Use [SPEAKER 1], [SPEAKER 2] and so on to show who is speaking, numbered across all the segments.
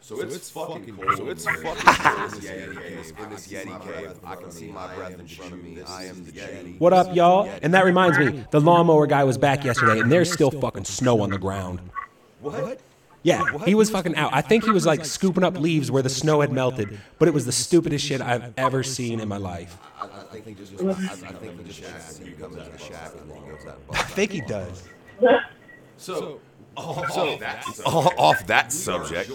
[SPEAKER 1] So,
[SPEAKER 2] So
[SPEAKER 1] it's,
[SPEAKER 2] it's
[SPEAKER 1] fucking
[SPEAKER 2] fucking
[SPEAKER 1] cold.
[SPEAKER 2] cold
[SPEAKER 1] It's
[SPEAKER 2] in here.
[SPEAKER 1] fucking cold in this
[SPEAKER 2] Yeah, yeah,
[SPEAKER 1] Yeti
[SPEAKER 2] yeah.
[SPEAKER 1] cave. In this Yeti cave, I can see my breath in front of me. I am the Yeti.
[SPEAKER 3] What up, y'all? And that reminds me, the lawnmower guy was back yesterday, and there's still fucking snow on the ground.
[SPEAKER 1] What?
[SPEAKER 3] Yeah, he was fucking out. I think he was like scooping up leaves where the snow had melted, but it was the stupidest shit I've ever seen in my life.
[SPEAKER 1] I, I think he just. I, I think he just has to see you come into the shack and then he goes that.
[SPEAKER 3] I think he does.
[SPEAKER 2] So,
[SPEAKER 1] So, off, off that subject,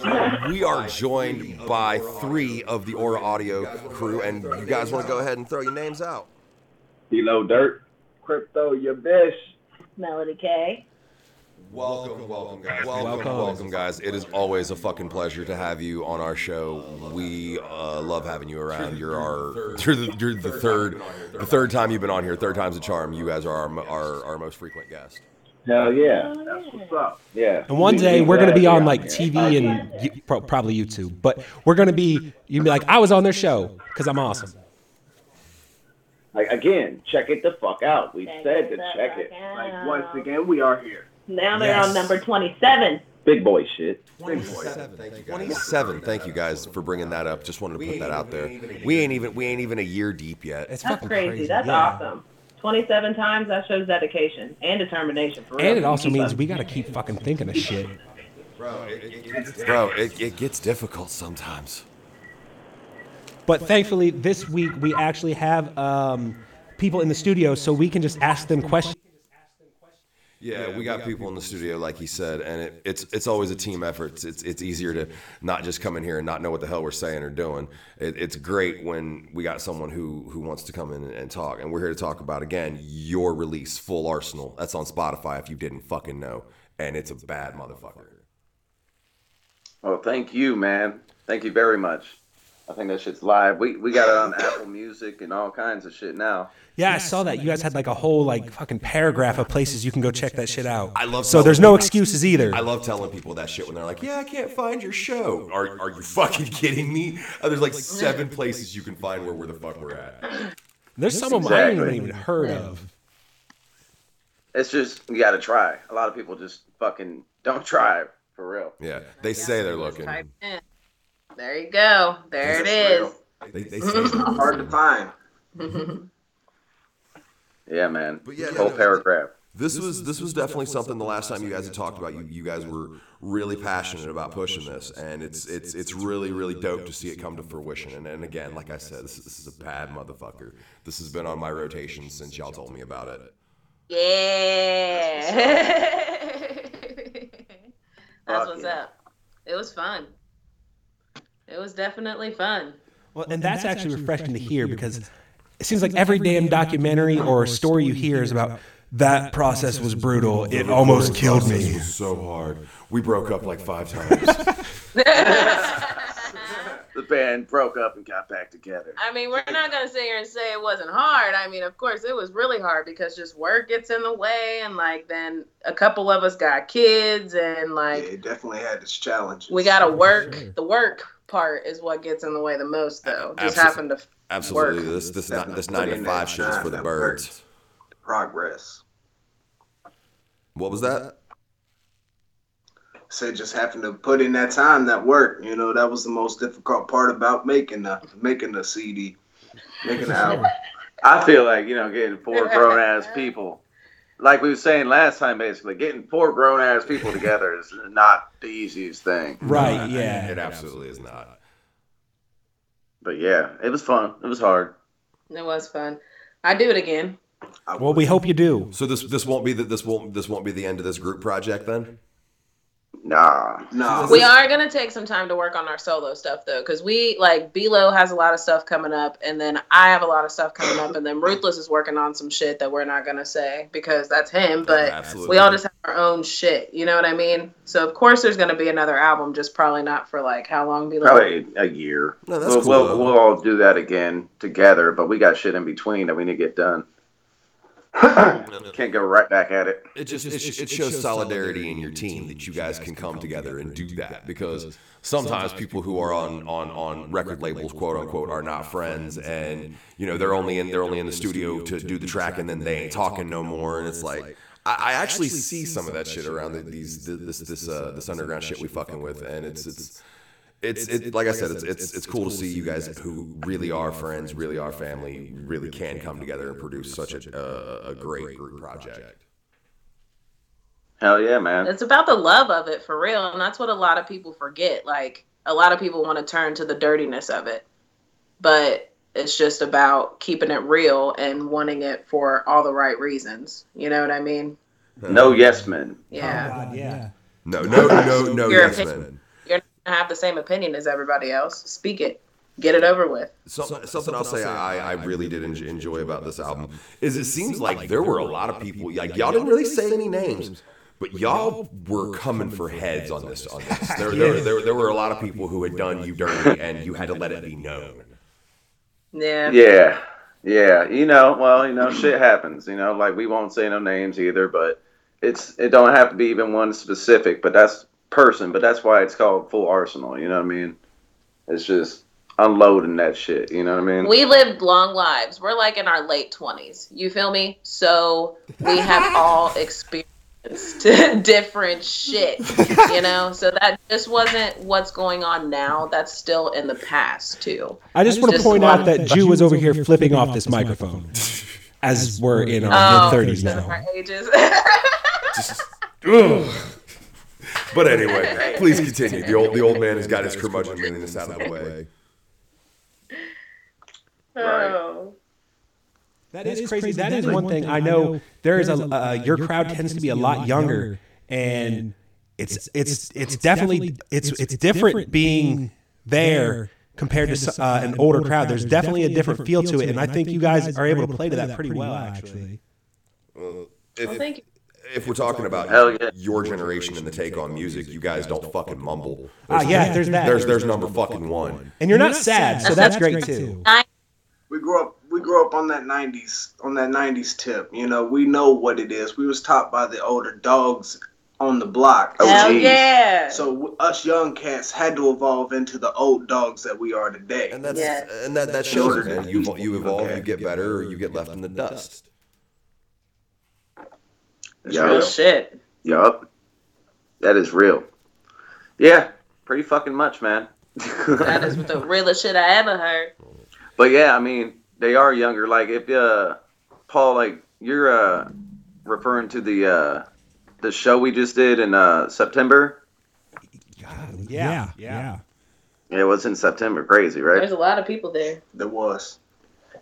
[SPEAKER 1] we are joined by three of the Aura Audio crew, and you guys want to go ahead and throw your names out.
[SPEAKER 4] Kilo Dirt, Crypto, your best.
[SPEAKER 5] Melody K.
[SPEAKER 1] Welcome, welcome, guys. Welcome,
[SPEAKER 3] Welcome.
[SPEAKER 1] welcome, guys. It is always a fucking pleasure to have you on our show. We uh, love having you around. You're our you're the, you're the third the third time you've been on here. Third time's a charm. You guys are our mo- our, our most frequent guest.
[SPEAKER 4] Hell yeah,
[SPEAKER 5] Oh,
[SPEAKER 4] that's
[SPEAKER 5] yeah.
[SPEAKER 4] what's up. Yeah.
[SPEAKER 3] And one
[SPEAKER 4] We-
[SPEAKER 3] day
[SPEAKER 4] we
[SPEAKER 3] we're gonna
[SPEAKER 4] glad
[SPEAKER 3] be
[SPEAKER 4] you're
[SPEAKER 3] on
[SPEAKER 4] out
[SPEAKER 3] like
[SPEAKER 4] here.
[SPEAKER 3] TV and y- pro- probably YouTube, but we're gonna be you'd be like, I was on their show because I'm awesome.
[SPEAKER 4] Like again, check it the fuck out. We
[SPEAKER 5] Check
[SPEAKER 4] said
[SPEAKER 5] it
[SPEAKER 4] to
[SPEAKER 5] the
[SPEAKER 4] check
[SPEAKER 5] fuck
[SPEAKER 4] it. Like
[SPEAKER 5] out.
[SPEAKER 4] once again, we are here.
[SPEAKER 5] Now they're
[SPEAKER 3] Yes.
[SPEAKER 5] on number 27.
[SPEAKER 4] Big boy shit. Big boy.
[SPEAKER 1] Twenty seven. Thank you guys for bringing that up. Just wanted to put that out there. We ain't even we ain't even a year deep yet.
[SPEAKER 3] It's
[SPEAKER 5] That's
[SPEAKER 3] fucking
[SPEAKER 5] crazy. That's
[SPEAKER 3] Yeah.
[SPEAKER 5] awesome. 27 times, that shows dedication and determination for real.
[SPEAKER 3] And it also means we gotta keep fucking thinking of shit.
[SPEAKER 1] Bro, it, it gets difficult sometimes.
[SPEAKER 3] But thankfully, this week we actually have um, people in the studio, so we can just ask them questions.
[SPEAKER 1] Yeah, we, got, people, in the studio, like he said, and it, it's it's always a team effort. It's, it's it's easier to not just come in here and not know what the hell we're saying or doing. It, it's great when we got someone who who wants to come in and talk, and we're here to talk about again your release, Full Arsenal. That's on Spotify if you didn't fucking know, and it's a bad motherfucker.
[SPEAKER 4] Oh, thank you, man. Thank you very much. I think that shit's live. We we got it on Apple Music and all kinds of shit now.
[SPEAKER 3] Yeah, I saw that. You guys had like a whole like fucking paragraph of places you can go check that shit out.
[SPEAKER 1] I love
[SPEAKER 3] So
[SPEAKER 1] telling
[SPEAKER 3] there's no
[SPEAKER 1] people-
[SPEAKER 3] excuses either.
[SPEAKER 1] I love telling people that shit when they're like, "Yeah, I can't find your show." Are are you fucking kidding me? Uh, There's like seven places you can find where where the fuck we're at.
[SPEAKER 3] There's some of them I haven't
[SPEAKER 4] Exactly.
[SPEAKER 3] even heard of.
[SPEAKER 4] It's just you got to try. A lot of people just fucking don't try for real.
[SPEAKER 1] Yeah, they say they're looking.
[SPEAKER 5] Type in. There you go. There it is.
[SPEAKER 1] They, they say they're
[SPEAKER 4] Hard to find. yeah, man.
[SPEAKER 1] But yeah, no,
[SPEAKER 4] whole
[SPEAKER 1] no,
[SPEAKER 4] paragraph.
[SPEAKER 1] This, was, this was definitely something the last time you guys had talked about. You you guys were really passionate about pushing this, and it's it's it's really really dope to see it come to fruition. And, and again, like I said, this is, this is a bad motherfucker. This has been on my rotation since y'all told me about it.
[SPEAKER 6] Yeah.
[SPEAKER 4] Fuck
[SPEAKER 6] That's what's
[SPEAKER 4] yeah.
[SPEAKER 6] up. It was fun. It was definitely fun.
[SPEAKER 3] Well, and that's actually refreshing to hear because it seems like every damn documentary or story you hear is about that process was brutal. It almost killed me.
[SPEAKER 1] was so hard. We broke up like five times.
[SPEAKER 4] The band broke up and got back together.
[SPEAKER 6] I mean, we're not gonna sit here and say it wasn't hard. I mean, of course, it was really hard because just work gets in the way, and like then a couple of us got kids, and like
[SPEAKER 4] it definitely had its challenges.
[SPEAKER 6] we gotta work. The work part is what gets in the way the most, though. Just
[SPEAKER 1] Absol-
[SPEAKER 6] happened to
[SPEAKER 1] Absolutely,
[SPEAKER 6] Work.
[SPEAKER 1] this this not, this nine to five shit is for the birds.
[SPEAKER 4] progress.
[SPEAKER 1] What was that?
[SPEAKER 4] Said just having to put in that time, that work. You know, that was the most difficult part about making the making the CD, making the album. I feel like you know, getting four grown ass people, like we were saying last time, basically getting four grown ass people together is not the easiest thing.
[SPEAKER 3] Right, yeah.
[SPEAKER 1] It absolutely is not.
[SPEAKER 4] But yeah, it was fun. It was hard.
[SPEAKER 6] it was fun. I do it again.
[SPEAKER 3] Well, we hope you do.
[SPEAKER 1] So this this won't be the, this won't this won't be the end of this group project then.
[SPEAKER 4] Nah, nah.
[SPEAKER 6] we are gonna take some time to work on our solo stuff though, because we like Belo has a lot of stuff coming up, and then I have a lot of stuff coming up, and then Ruthless is working on some shit that we're not gonna say because that's him. But
[SPEAKER 1] Absolutely.
[SPEAKER 6] we all just have our own shit, you know what I mean? So of course there's gonna be another album, just probably not for like how long, Belo?
[SPEAKER 4] Probably a year.
[SPEAKER 1] No, that's
[SPEAKER 4] we'll,
[SPEAKER 1] cool,
[SPEAKER 4] we'll,
[SPEAKER 1] though.
[SPEAKER 4] we'll all do that again together, but we got shit in between that we need to get done. Can't go right back at it.
[SPEAKER 1] it just it, sh- it shows solidarity in your team that you guys can come together and do that because sometimes people who are on on on record labels quote unquote are not friends and you know they're only in they're only in the studio to do the track and then they ain't talking no more and it's like I I actually see some of that shit around the, these this this uh, this underground shit we fucking with, and it's it's it's, it's, like I said, it's it's it's cool to see you guys who really are friends, really are family, really can come together and produce such a a, a great group project.
[SPEAKER 4] Hell yeah, man.
[SPEAKER 6] It's about the love of it for real, and that's what a lot of people forget. Like a lot of people want to turn to the dirtiness of it, but it's just about keeping it real and wanting it for all the right reasons. You know what I mean?
[SPEAKER 4] No yes men.
[SPEAKER 6] Yeah.
[SPEAKER 3] God, yeah.
[SPEAKER 1] No, no, no, no,
[SPEAKER 6] Your
[SPEAKER 1] yes,
[SPEAKER 6] opinion.
[SPEAKER 1] man.
[SPEAKER 6] You're not gonna have the same opinion as everybody else. Speak it. Get it over with.
[SPEAKER 1] Some, something, I'll say I, I really did enjoy, enjoy about this album is it seems like there were a lot of people like y'all didn't really say any names, but y'all were coming for heads on this on this. There there, there, there were a lot of people who had done you dirty and you had to let it be known.
[SPEAKER 6] Yeah.
[SPEAKER 4] Yeah, yeah. You know, well, you know, shit happens. You know, like we won't say no names either, but it's it don't have to be even one specific, but that's person. But that's why it's called full arsenal. You know what I mean? It's just unloading that shit. You know what I mean?
[SPEAKER 6] We lived long lives. We're like in our late twenties. You feel me? So we have all experienced different shit. You know? So that just wasn't what's going on now. That's still in the past too.
[SPEAKER 3] I just want to
[SPEAKER 6] Just
[SPEAKER 3] point
[SPEAKER 6] one-
[SPEAKER 3] out that Jew was over here flipping off this microphone, as we're in our mid 30s
[SPEAKER 6] because of
[SPEAKER 3] now.
[SPEAKER 6] our Um, ages.
[SPEAKER 1] Ugh. But anyway, please continue. The old the old man has got his curmudgeonliness out of the way.
[SPEAKER 6] oh.
[SPEAKER 3] That is crazy. That is one thing I know. There is a uh, your crowd tends to be a lot younger, and it's it's it's definitely it's it's different being there compared to s- uh, an older crowd. There's definitely a different feel to it, and I think you guys are able to play to that pretty well, actually.
[SPEAKER 1] If,
[SPEAKER 6] Thank you.
[SPEAKER 1] if we're talking
[SPEAKER 4] Hell
[SPEAKER 1] about
[SPEAKER 4] yeah.
[SPEAKER 1] your generation and the take on music, you guys don't fucking mumble.
[SPEAKER 3] Ah, yeah, there's that.
[SPEAKER 1] There's there's number fucking one.
[SPEAKER 3] and you're not sad, so that's great too.
[SPEAKER 4] we grew up we grew up on that 90s on that 90s tip you know we know what it is we was taught by the older dogs on the block
[SPEAKER 6] Hell
[SPEAKER 4] OGs.
[SPEAKER 6] yeah.
[SPEAKER 4] Oh, so w- us young cats had to evolve into the old dogs that we are today
[SPEAKER 1] And that's
[SPEAKER 6] Yes.
[SPEAKER 1] and that that shows
[SPEAKER 4] Shorter
[SPEAKER 1] man.
[SPEAKER 4] than
[SPEAKER 1] You
[SPEAKER 4] people.
[SPEAKER 1] you evolve,
[SPEAKER 4] Okay.
[SPEAKER 1] you get better, or you get left in the dust.
[SPEAKER 4] That's
[SPEAKER 6] Real shit.
[SPEAKER 4] real. yup that is real yeah pretty fucking much man
[SPEAKER 6] That is the realest shit I ever heard.
[SPEAKER 4] But yeah, I mean, they are younger. Like if uh, Paul, like you're uh, referring to the uh, the show we just did in uh, September.
[SPEAKER 3] Yeah, yeah.
[SPEAKER 4] It was in September. Crazy, right?
[SPEAKER 6] There's a lot of people there.
[SPEAKER 4] There was.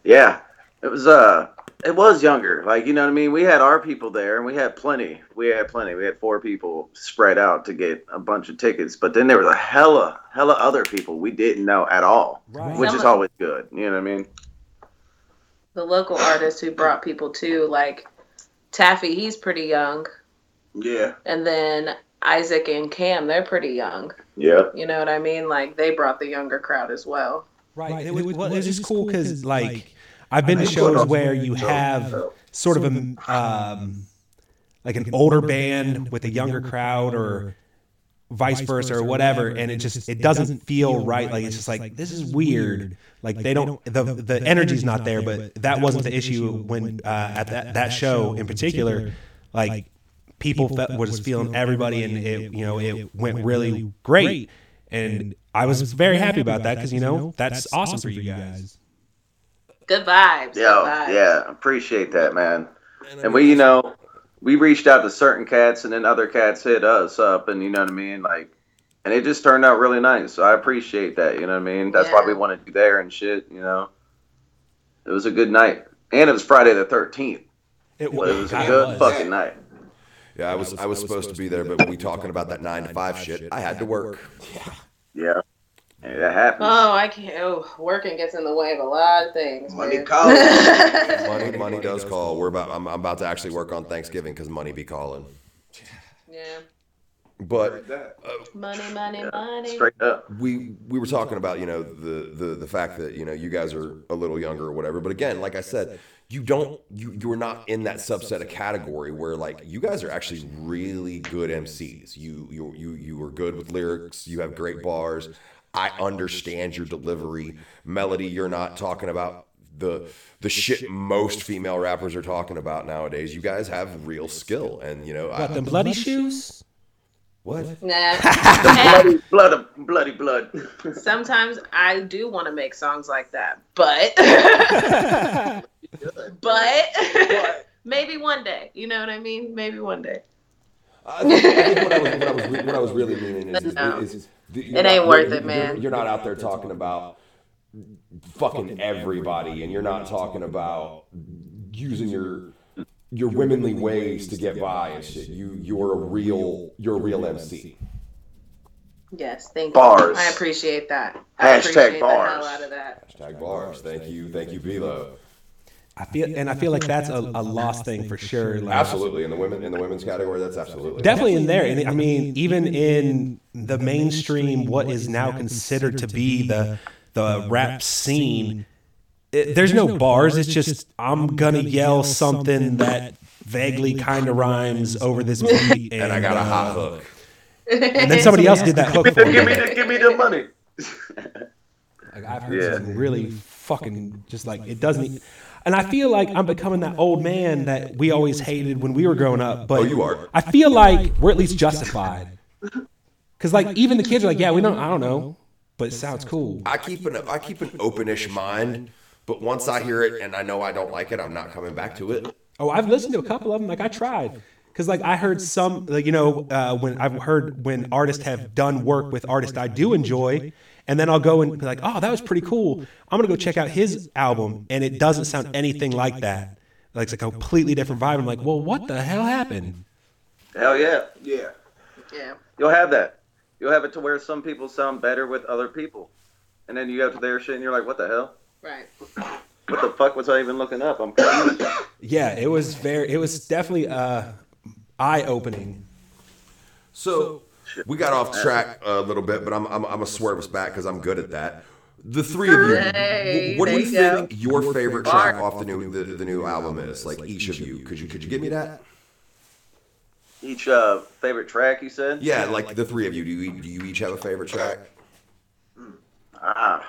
[SPEAKER 4] Yeah, it was. Uh, it was younger. Like you know what I mean. We had our people there, and we had plenty. We had plenty. We had four people spread out to get a bunch of tickets. But then there was a hella, hella other people we didn't know at all,
[SPEAKER 3] Right.
[SPEAKER 4] which
[SPEAKER 6] Some
[SPEAKER 4] is
[SPEAKER 6] of-
[SPEAKER 4] always good. You know what I mean?
[SPEAKER 6] The local artists who brought people too, like Taffy, he's pretty young.
[SPEAKER 4] Yeah.
[SPEAKER 6] And then Isaac and Cam, they're pretty young.
[SPEAKER 4] Yeah.
[SPEAKER 6] You know what I mean? Like they brought the younger crowd as well.
[SPEAKER 3] Right.
[SPEAKER 7] Right.
[SPEAKER 3] It
[SPEAKER 7] It
[SPEAKER 3] was,
[SPEAKER 7] was-
[SPEAKER 3] well, it
[SPEAKER 7] well,
[SPEAKER 3] was
[SPEAKER 7] it
[SPEAKER 3] just
[SPEAKER 7] was
[SPEAKER 3] cool
[SPEAKER 7] cool
[SPEAKER 3] because
[SPEAKER 7] 'cause,
[SPEAKER 3] like
[SPEAKER 7] like,
[SPEAKER 3] I've been to
[SPEAKER 4] I've been
[SPEAKER 3] shows
[SPEAKER 4] to
[SPEAKER 3] where
[SPEAKER 7] shows
[SPEAKER 3] you
[SPEAKER 7] where
[SPEAKER 3] have
[SPEAKER 4] you have
[SPEAKER 3] sort of a um, like an older band with a younger crowd or vice versa or whatever, and it just it doesn't feel right. Like it's just like this is weird. Like they don't the the energy's not there. But that wasn't the issue when uh, at that that show in particular. Like people felt, were just feeling everybody, and it you know it went really great. And I was very happy about that because you know that's awesome for you guys.
[SPEAKER 6] Good vibes. Good
[SPEAKER 4] Yeah,
[SPEAKER 6] vibes.
[SPEAKER 4] yeah, appreciate that, man. And we, you know, we reached out to certain cats, and then other cats hit us up, and you know what I mean, like, and it just turned out really nice. So I appreciate that. You know what I mean? That's why
[SPEAKER 6] Yeah.
[SPEAKER 4] we wanted you there and shit. You know, it was a good night, and it was Friday the thirteenth.
[SPEAKER 3] It
[SPEAKER 4] It was a good fucking night.
[SPEAKER 1] Yeah, I was I was supposed to be there, but we talking about that nine to five shit. I had to work.
[SPEAKER 4] Yeah, yeah that happened.
[SPEAKER 6] Oh, I can't. Oh, working gets in the way of a lot of things.
[SPEAKER 4] Money
[SPEAKER 6] man.
[SPEAKER 4] calls.
[SPEAKER 1] Money money does call. We're about I'm, I'm about to actually work on Thanksgiving because money be calling.
[SPEAKER 6] yeah.
[SPEAKER 1] But
[SPEAKER 6] Money, money, money.
[SPEAKER 4] Straight up.
[SPEAKER 1] we we were talking about you know the the the fact that you know you guys are a little younger or whatever but again like i said you don't you you're not in that subset of category where like you guys are actually really good mcs you you you you are good with lyrics you have great bars i understand your delivery melody you're not talking about the the shit most female rappers are talking about nowadays you guys have real skill and you know I,
[SPEAKER 3] What, them bloody shoes?
[SPEAKER 1] What?
[SPEAKER 6] Nah.
[SPEAKER 4] bloody, bloody, bloody blood.
[SPEAKER 6] Sometimes I do want to make songs like that, but but maybe one day. You know what I mean? Maybe one day.
[SPEAKER 1] I think, I think what, I was, what, I was, re- what I was really meaning is, is,
[SPEAKER 6] No.
[SPEAKER 1] is, is the-
[SPEAKER 6] It
[SPEAKER 1] you're
[SPEAKER 6] ain't
[SPEAKER 1] not-
[SPEAKER 6] worth
[SPEAKER 1] you're-
[SPEAKER 6] it, man.
[SPEAKER 1] You're, you're not out there talking about fucking everybody, and you're not talking about using your your womanly ways to get by and shit. You you're a real you're a real MC.
[SPEAKER 6] Yes, thank
[SPEAKER 4] Bars.
[SPEAKER 6] you. I appreciate that. I
[SPEAKER 4] Hashtag
[SPEAKER 6] appreciate
[SPEAKER 4] bars.
[SPEAKER 6] the hell out of that.
[SPEAKER 1] Hashtag bars. Thank you, thank you, Velo.
[SPEAKER 3] I feel, and I feel like that's a, a lost thing for sure. Like,
[SPEAKER 1] Absolutely, in the women in the women's category, that's absolutely
[SPEAKER 3] definitely in there. And I mean, even in the mainstream, what is now considered to be the the rap scene, it, there's no bars. It's just I'm gonna yell something that vaguely kind of rhymes over this beat,
[SPEAKER 1] And I got a
[SPEAKER 3] uh,
[SPEAKER 1] hot hook.
[SPEAKER 3] And then somebody else did that hook for
[SPEAKER 4] give me
[SPEAKER 3] me.
[SPEAKER 4] the, give me the money.
[SPEAKER 3] Like I've heard
[SPEAKER 4] Yeah.
[SPEAKER 3] some really fucking just like it doesn't. e- And I feel like I'm becoming that old man that we always hated when we were growing up. But
[SPEAKER 1] Oh, you are.
[SPEAKER 3] I feel like we're at least justified. Because like even the kids are like, yeah, we don't. I don't know, but it sounds cool.
[SPEAKER 1] I keep an I keep an openish mind, but once I hear it and I know I don't like it, I'm not coming back to it.
[SPEAKER 3] Oh, I've listened to a couple of them. Like I tried. Because like I heard some, like, you know, uh, when I've heard when artists have done work with artists I do enjoy, and then I'll go and be like, oh, that was pretty cool. I'm gonna go check out his album, and it doesn't sound anything like that. Like it's a completely different vibe. I'm like, well, what the hell happened?
[SPEAKER 4] Hell yeah. Yeah.
[SPEAKER 6] Yeah.
[SPEAKER 4] You'll have that. You'll have it to where some people sound better with other people. And then you go to their shit and you're like, what the hell?
[SPEAKER 6] Right.
[SPEAKER 4] What the fuck was I even looking up? I'm confused.
[SPEAKER 3] Yeah, it was very, it was definitely uh, eye opening.
[SPEAKER 1] So we got off track a little bit, but I'm I'm, I'm a swerve us back because I'm good at that. The three of you,
[SPEAKER 6] Hey,
[SPEAKER 1] wh- what do
[SPEAKER 6] there
[SPEAKER 1] you
[SPEAKER 6] you go.
[SPEAKER 1] think your favorite track off the new the, the new album is? Like each of you, could you could you give me that?
[SPEAKER 4] Each uh, favorite track, you said?
[SPEAKER 1] Yeah, like the three of you. Do you do you each have a favorite track?
[SPEAKER 4] Ah.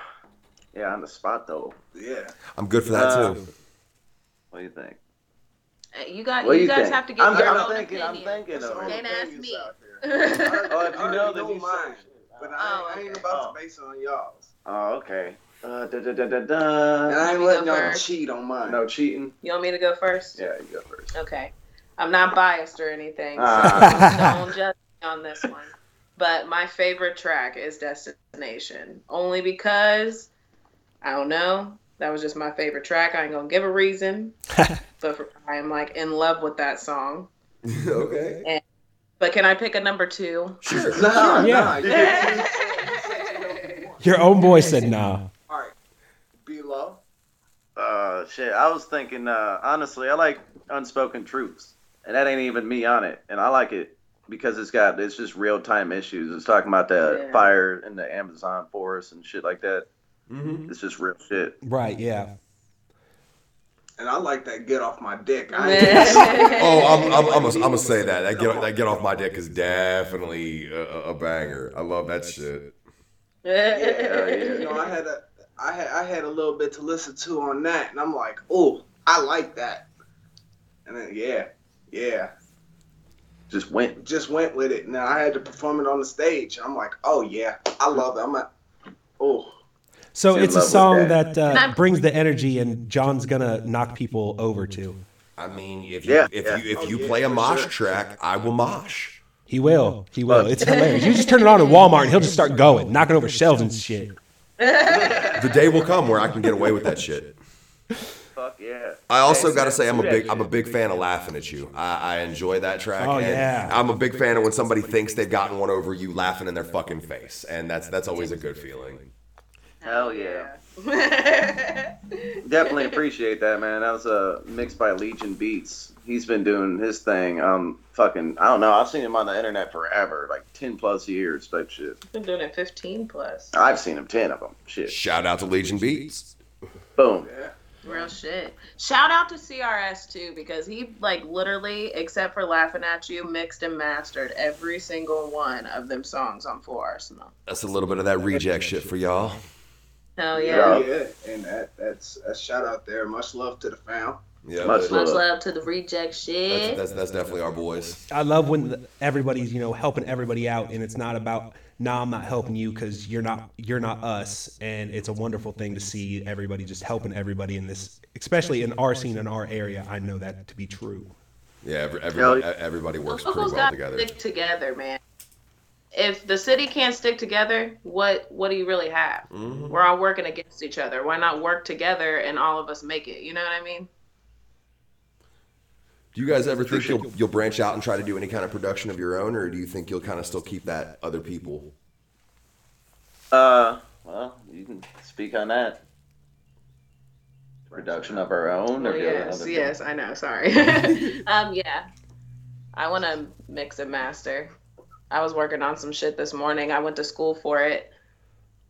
[SPEAKER 4] Yeah, on the spot, though. Yeah.
[SPEAKER 1] I'm good for that
[SPEAKER 7] Um,
[SPEAKER 1] too.
[SPEAKER 4] What do you think?
[SPEAKER 6] Uh, You got.
[SPEAKER 4] What do
[SPEAKER 6] you,
[SPEAKER 4] you
[SPEAKER 6] guys
[SPEAKER 4] think?
[SPEAKER 6] have to give
[SPEAKER 4] I'm-
[SPEAKER 6] your
[SPEAKER 4] I'm
[SPEAKER 6] own
[SPEAKER 4] thinking, I'm
[SPEAKER 6] opinion.
[SPEAKER 4] thinking of it.
[SPEAKER 6] Can't ask me.
[SPEAKER 4] Oh, if you know, then you
[SPEAKER 7] mine.
[SPEAKER 4] say-
[SPEAKER 7] But I, I ain't
[SPEAKER 6] Oh, okay.
[SPEAKER 7] about to base it on y'all's.
[SPEAKER 4] Oh, okay. Uh, da, da, da, da, da.
[SPEAKER 7] And I ain't
[SPEAKER 6] me
[SPEAKER 7] letting
[SPEAKER 6] go
[SPEAKER 7] y'all
[SPEAKER 6] first.
[SPEAKER 7] cheat on mine.
[SPEAKER 4] No cheating.
[SPEAKER 6] You want me to go first?
[SPEAKER 4] Yeah, you go first.
[SPEAKER 6] Okay. I'm not biased or anything, so
[SPEAKER 4] Ah.
[SPEAKER 6] don't judge me on this one. But my favorite track is Destination, only because I don't know. That was just my favorite track. I ain't gonna give a reason, but for, I am like in love with that song.
[SPEAKER 1] okay,
[SPEAKER 6] But can I pick a number two?
[SPEAKER 1] sure.
[SPEAKER 7] Nah,
[SPEAKER 3] yeah.
[SPEAKER 7] nah. You get two, you say you know who won.
[SPEAKER 3] Your own boy said, nah.
[SPEAKER 7] All right. B-Law.
[SPEAKER 4] Uh, shit. I was thinking, uh, honestly, I like Unspoken Truths, and that ain't even me on it, and I like it because it's got it's just real time issues. It's talking about the
[SPEAKER 6] Yeah.
[SPEAKER 4] fire in the Amazon forest and shit like that.
[SPEAKER 7] mm-hmm.
[SPEAKER 1] Mhm.
[SPEAKER 4] It's just real shit.
[SPEAKER 3] Right? Yeah.
[SPEAKER 7] And I like that get off my dick. I ain't
[SPEAKER 6] oh,
[SPEAKER 1] Oh, I'm, I'm, I'm, gonna, I'm gonna say that. That get, that get off my dick is definitely a, a a banger. I love that shit.
[SPEAKER 7] Yeah, you know, I had a, I had, I had a little bit to listen to on that, and I'm like, oh, I like that, and then yeah, yeah,
[SPEAKER 4] Just went.
[SPEAKER 7] just went with it. Now I had to perform it on the stage, and I'm like, oh yeah, I love it. I'm like, oh,
[SPEAKER 3] So
[SPEAKER 4] She's in
[SPEAKER 3] it's a
[SPEAKER 4] love
[SPEAKER 3] song
[SPEAKER 4] with
[SPEAKER 3] that uh,
[SPEAKER 6] I'm-
[SPEAKER 3] brings the energy, and John's gonna knock people over to.
[SPEAKER 1] I mean, if you
[SPEAKER 4] Yeah,
[SPEAKER 1] if
[SPEAKER 4] yeah.
[SPEAKER 1] you if
[SPEAKER 7] Oh,
[SPEAKER 1] you
[SPEAKER 7] yeah,
[SPEAKER 1] play a
[SPEAKER 7] for
[SPEAKER 1] mosh
[SPEAKER 7] sure.
[SPEAKER 1] track, I will mosh.
[SPEAKER 3] He will. He will.
[SPEAKER 4] Look.
[SPEAKER 3] It's hilarious. You just turn it on at Walmart, and he'll just start going, knocking over shelves and shit.
[SPEAKER 1] The day will come where I can get away with that shit.
[SPEAKER 4] Fuck yeah.
[SPEAKER 1] I also got to say I'm a big I'm a big fan of laughing at you. I, I enjoy that track.
[SPEAKER 3] Oh,
[SPEAKER 1] and
[SPEAKER 3] yeah.
[SPEAKER 1] I'm a big fan of when somebody thinks they've gotten one over you, laughing in their fucking face, and that's that's always a good feeling.
[SPEAKER 4] Hell yeah. Definitely appreciate that, man. That was uh, mixed by Legion Beats. He's been doing his thing. Um, fucking, I don't know. I've seen him on the internet forever, like ten plus years, type shit.
[SPEAKER 6] Been doing it 15 plus.
[SPEAKER 4] I've seen him ten of them. Shit.
[SPEAKER 1] Shout out to Legion Beats.
[SPEAKER 4] Boom.
[SPEAKER 6] Real shit. Shout out to CRS too because he like literally, except for laughing at you, mixed and mastered every single one of them songs on Full Arsenal.
[SPEAKER 1] That's a little bit of that reject shit for y'all.
[SPEAKER 6] Hell
[SPEAKER 4] Yeah.
[SPEAKER 6] yeah.
[SPEAKER 7] yeah, and that, that's a shout out there. Much love to the fam.
[SPEAKER 1] Yeah,
[SPEAKER 6] Much,
[SPEAKER 1] but
[SPEAKER 6] love. to the reject
[SPEAKER 1] that's,
[SPEAKER 6] shit.
[SPEAKER 1] that's that's definitely our boys.
[SPEAKER 3] I love when the, everybody's you know helping everybody out, and it's not about nah, I'm not helping you because you're not you're not us, and it's a wonderful thing to see everybody just helping everybody in this, especially in our scene in our area. I know that to be true.
[SPEAKER 1] Yeah, every, everybody, everybody works pretty
[SPEAKER 6] Locals
[SPEAKER 1] well
[SPEAKER 6] got
[SPEAKER 1] together.
[SPEAKER 6] to stick together, man. If the city can't stick together, what what do you really have?
[SPEAKER 1] Mhm.
[SPEAKER 6] We're all working against each other. Why not work together and all of us make it? You know what I mean?
[SPEAKER 1] Do you guys ever think you'll you'll branch out and try to do any kind of production of your own, or do you think you'll kind of still keep that other people?
[SPEAKER 4] Uh, well, you can speak on that. Production of our own, or
[SPEAKER 6] Well,
[SPEAKER 4] do
[SPEAKER 6] Oh, yes,
[SPEAKER 4] other
[SPEAKER 6] yes, I know. Sorry. um, yeah, I want to mix and master. I was working on some shit this morning. I went to school for it.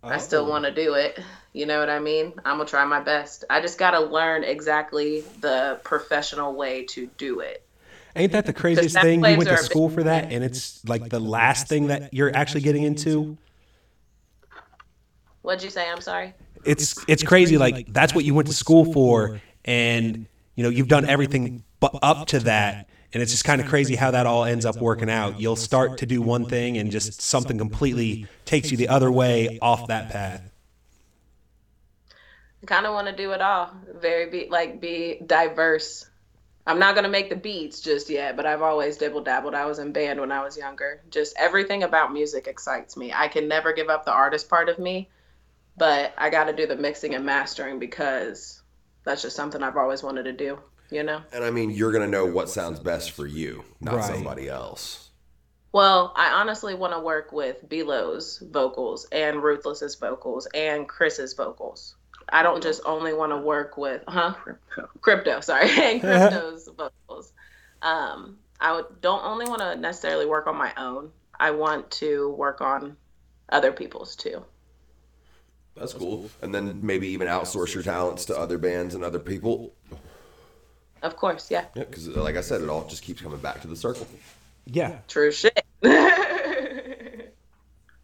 [SPEAKER 6] I still
[SPEAKER 4] Oh.
[SPEAKER 6] want to do it. You know what I mean? I'm gonna try my best. I just gotta learn exactly the professional way to do it.
[SPEAKER 3] Ain't that the craziest
[SPEAKER 6] that
[SPEAKER 3] thing? You
[SPEAKER 6] waves
[SPEAKER 3] went
[SPEAKER 6] are
[SPEAKER 3] to
[SPEAKER 6] a big-
[SPEAKER 3] school for that, and it's like the last thing that you're actually getting into.
[SPEAKER 6] What'd you say? I'm sorry.
[SPEAKER 3] It's it's crazy. Like that's what you went to school for, and you know you've done everything but up to that, and it's just kind of crazy how that all ends up working out. You'll start to do one thing, and just something completely takes you the other way off that path.
[SPEAKER 6] I kind of want to do it all. Very be like be diverse. I'm not gonna make the beats just yet, but I've always dibble dabbled. I was in band when I was younger. Just everything about music excites me. I can never give up the artist part of me, but I got to do the mixing and mastering because that's just something I've always wanted to do. You know.
[SPEAKER 1] And I mean, you're gonna know what sounds best for you, not
[SPEAKER 3] Right.
[SPEAKER 1] somebody else.
[SPEAKER 6] Well, I honestly want to work with Belo's vocals and Ruthless's vocals and Chris's vocals. I don't just only want to work with, huh? Crypto. sorry, and Crypto's vocals. Um, I would, don't only want to necessarily work on my own. I want to work on other people's too.
[SPEAKER 1] That's cool. And then maybe even outsource your talents to other bands and other people.
[SPEAKER 6] Of course, yeah.
[SPEAKER 1] Yeah, because like I said, it all just keeps coming back to the circle.
[SPEAKER 3] Yeah,
[SPEAKER 6] True shit.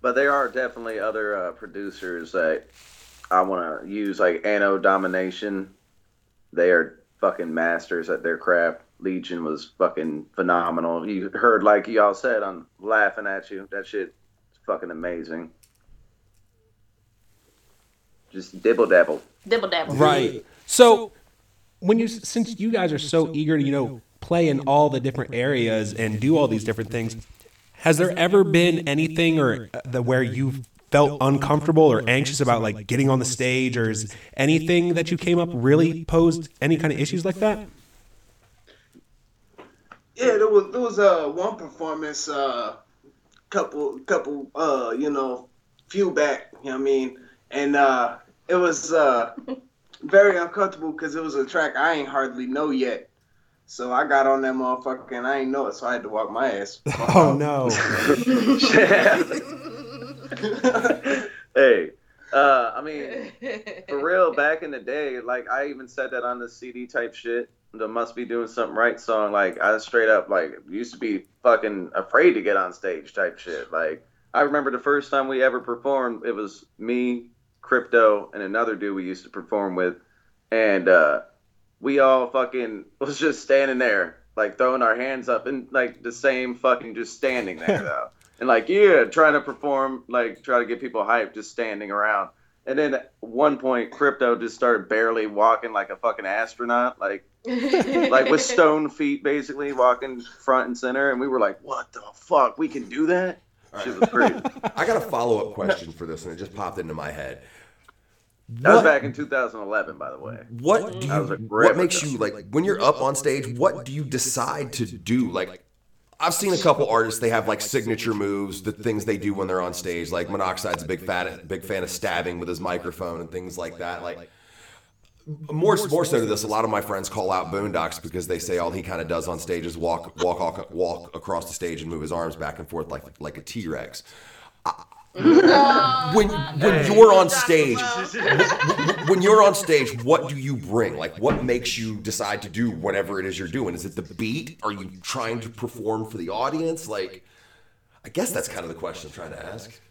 [SPEAKER 4] But there are definitely other uh, producers that I want to use, like Anno Domination. They are fucking masters at their craft. Legion was fucking phenomenal. You heard, like y'all said, I'm laughing at you. That shit is fucking amazing. Just dibble dabble.
[SPEAKER 6] Dibble dabble.
[SPEAKER 3] Right. So when you since you guys are so eager to you know play in all the different areas and do all these different things, has there ever been anything or uh, the where you've felt uncomfortable or anxious about like getting on the stage or is anything that you came up really posed any kind of issues like that?
[SPEAKER 8] Yeah, there was there was uh one performance uh couple couple uh you know few back you know what I mean and uh it was uh very uncomfortable because it was a track I ain't hardly know yet so I got on that motherfucker and I ain't know it so I had to walk my ass
[SPEAKER 3] Oh no.
[SPEAKER 4] hey, uh, I mean, for real, back in the day, like I even said that on the CD type shit, the Must Be Doing Something Right song. Like I straight up like used to be fucking afraid to get on stage type shit. Like I remember the first time we ever performed, it was me, Crypto, and another dude we used to perform with, and uh, we all fucking was just standing there. Like throwing our hands up and like the same fucking just standing there though, and like yeah, trying to perform like try to get people hyped just standing around. And then at one point, crypto just started barely walking like a fucking astronaut, like like with stone feet, basically walking front and center. And we were like, "What the fuck? We can do that?" Shit was crazy. that
[SPEAKER 1] I got a follow up question for this, and it just popped into my head.
[SPEAKER 4] was back in 2011, by the way.
[SPEAKER 1] What do you?
[SPEAKER 4] That was a great
[SPEAKER 1] What makes you like when you're up on stage? What do you decide to do? Like, I've seen a couple artists. They have like signature moves, the things they do when they're on stage. Like Monoxide's a big fat, big fan of stabbing with his microphone and things like that. Like. More, more so to this, a lot of my friends call out Boondocks because they say all he kind of does on stage is walk, walk, walk, walk across the stage and move his arms back and forth like like a T Rex. When when you're on stage, when you're on stage, what do you bring? Like, what makes you decide to do whatever it is you're doing? Is it the beat? Are you trying to perform for the audience? Like, I guess that's kind of the question I'm trying to ask.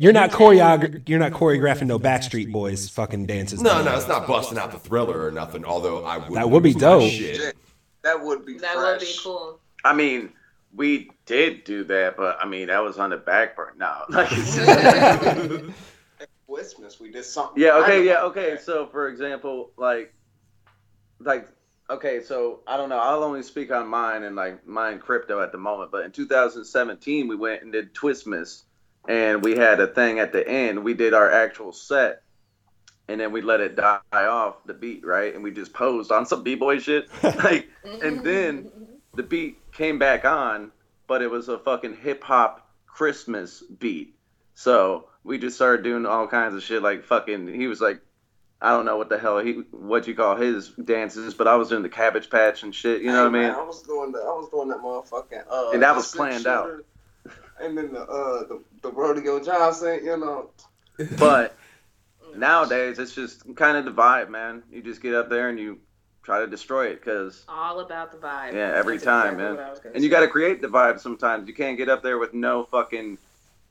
[SPEAKER 3] You're not choreog- You're not choreographing no Backstreet Boys fucking dances.
[SPEAKER 1] No, no, it's not busting out the thriller or nothing. Although I would.
[SPEAKER 3] That would be
[SPEAKER 1] lose my
[SPEAKER 3] dope.
[SPEAKER 1] Shit.
[SPEAKER 8] That would be
[SPEAKER 6] That would
[SPEAKER 8] fresh.
[SPEAKER 6] be cool.
[SPEAKER 4] I mean, we did do that, but I mean, that was on the back burner. No, like,
[SPEAKER 8] Christmas, we did something.
[SPEAKER 4] yeah,
[SPEAKER 8] I
[SPEAKER 4] okay, yeah,
[SPEAKER 8] know.
[SPEAKER 4] okay. So, for example, like, like, okay, so I don't know. I'll only speak on mine and like mine crypto at the moment. But in 2017, we went and did Twistmas, and we had a thing at the end. We did our actual set. And then we let it die off the beat, right? And we just posed on some b boy shit, like, and then the beat came back on, but it was a fucking hip hop Christmas beat. So we just started doing all kinds of shit. Like fucking, he was like, I don't know what the hell he, what you call his dances, but I was doing the Cabbage Patch and shit. You know what
[SPEAKER 8] Hey,
[SPEAKER 4] I
[SPEAKER 8] man,
[SPEAKER 4] mean?
[SPEAKER 8] I was doing the, I was doing that motherfucking. Uh,
[SPEAKER 4] And that was
[SPEAKER 8] six
[SPEAKER 4] planned out.
[SPEAKER 8] shooter, And then the uh the, the rodeo Johnson, you know.
[SPEAKER 4] But nowadays, it's just kind of the vibe, man. You just get up there and you try to destroy it because
[SPEAKER 6] All about the vibe.
[SPEAKER 4] Yeah, every
[SPEAKER 6] That's
[SPEAKER 4] time,
[SPEAKER 6] exactly
[SPEAKER 4] man.
[SPEAKER 6] what I was gonna
[SPEAKER 4] And you
[SPEAKER 6] say.
[SPEAKER 4] got to create the vibe sometimes. You can't get up there with no fucking,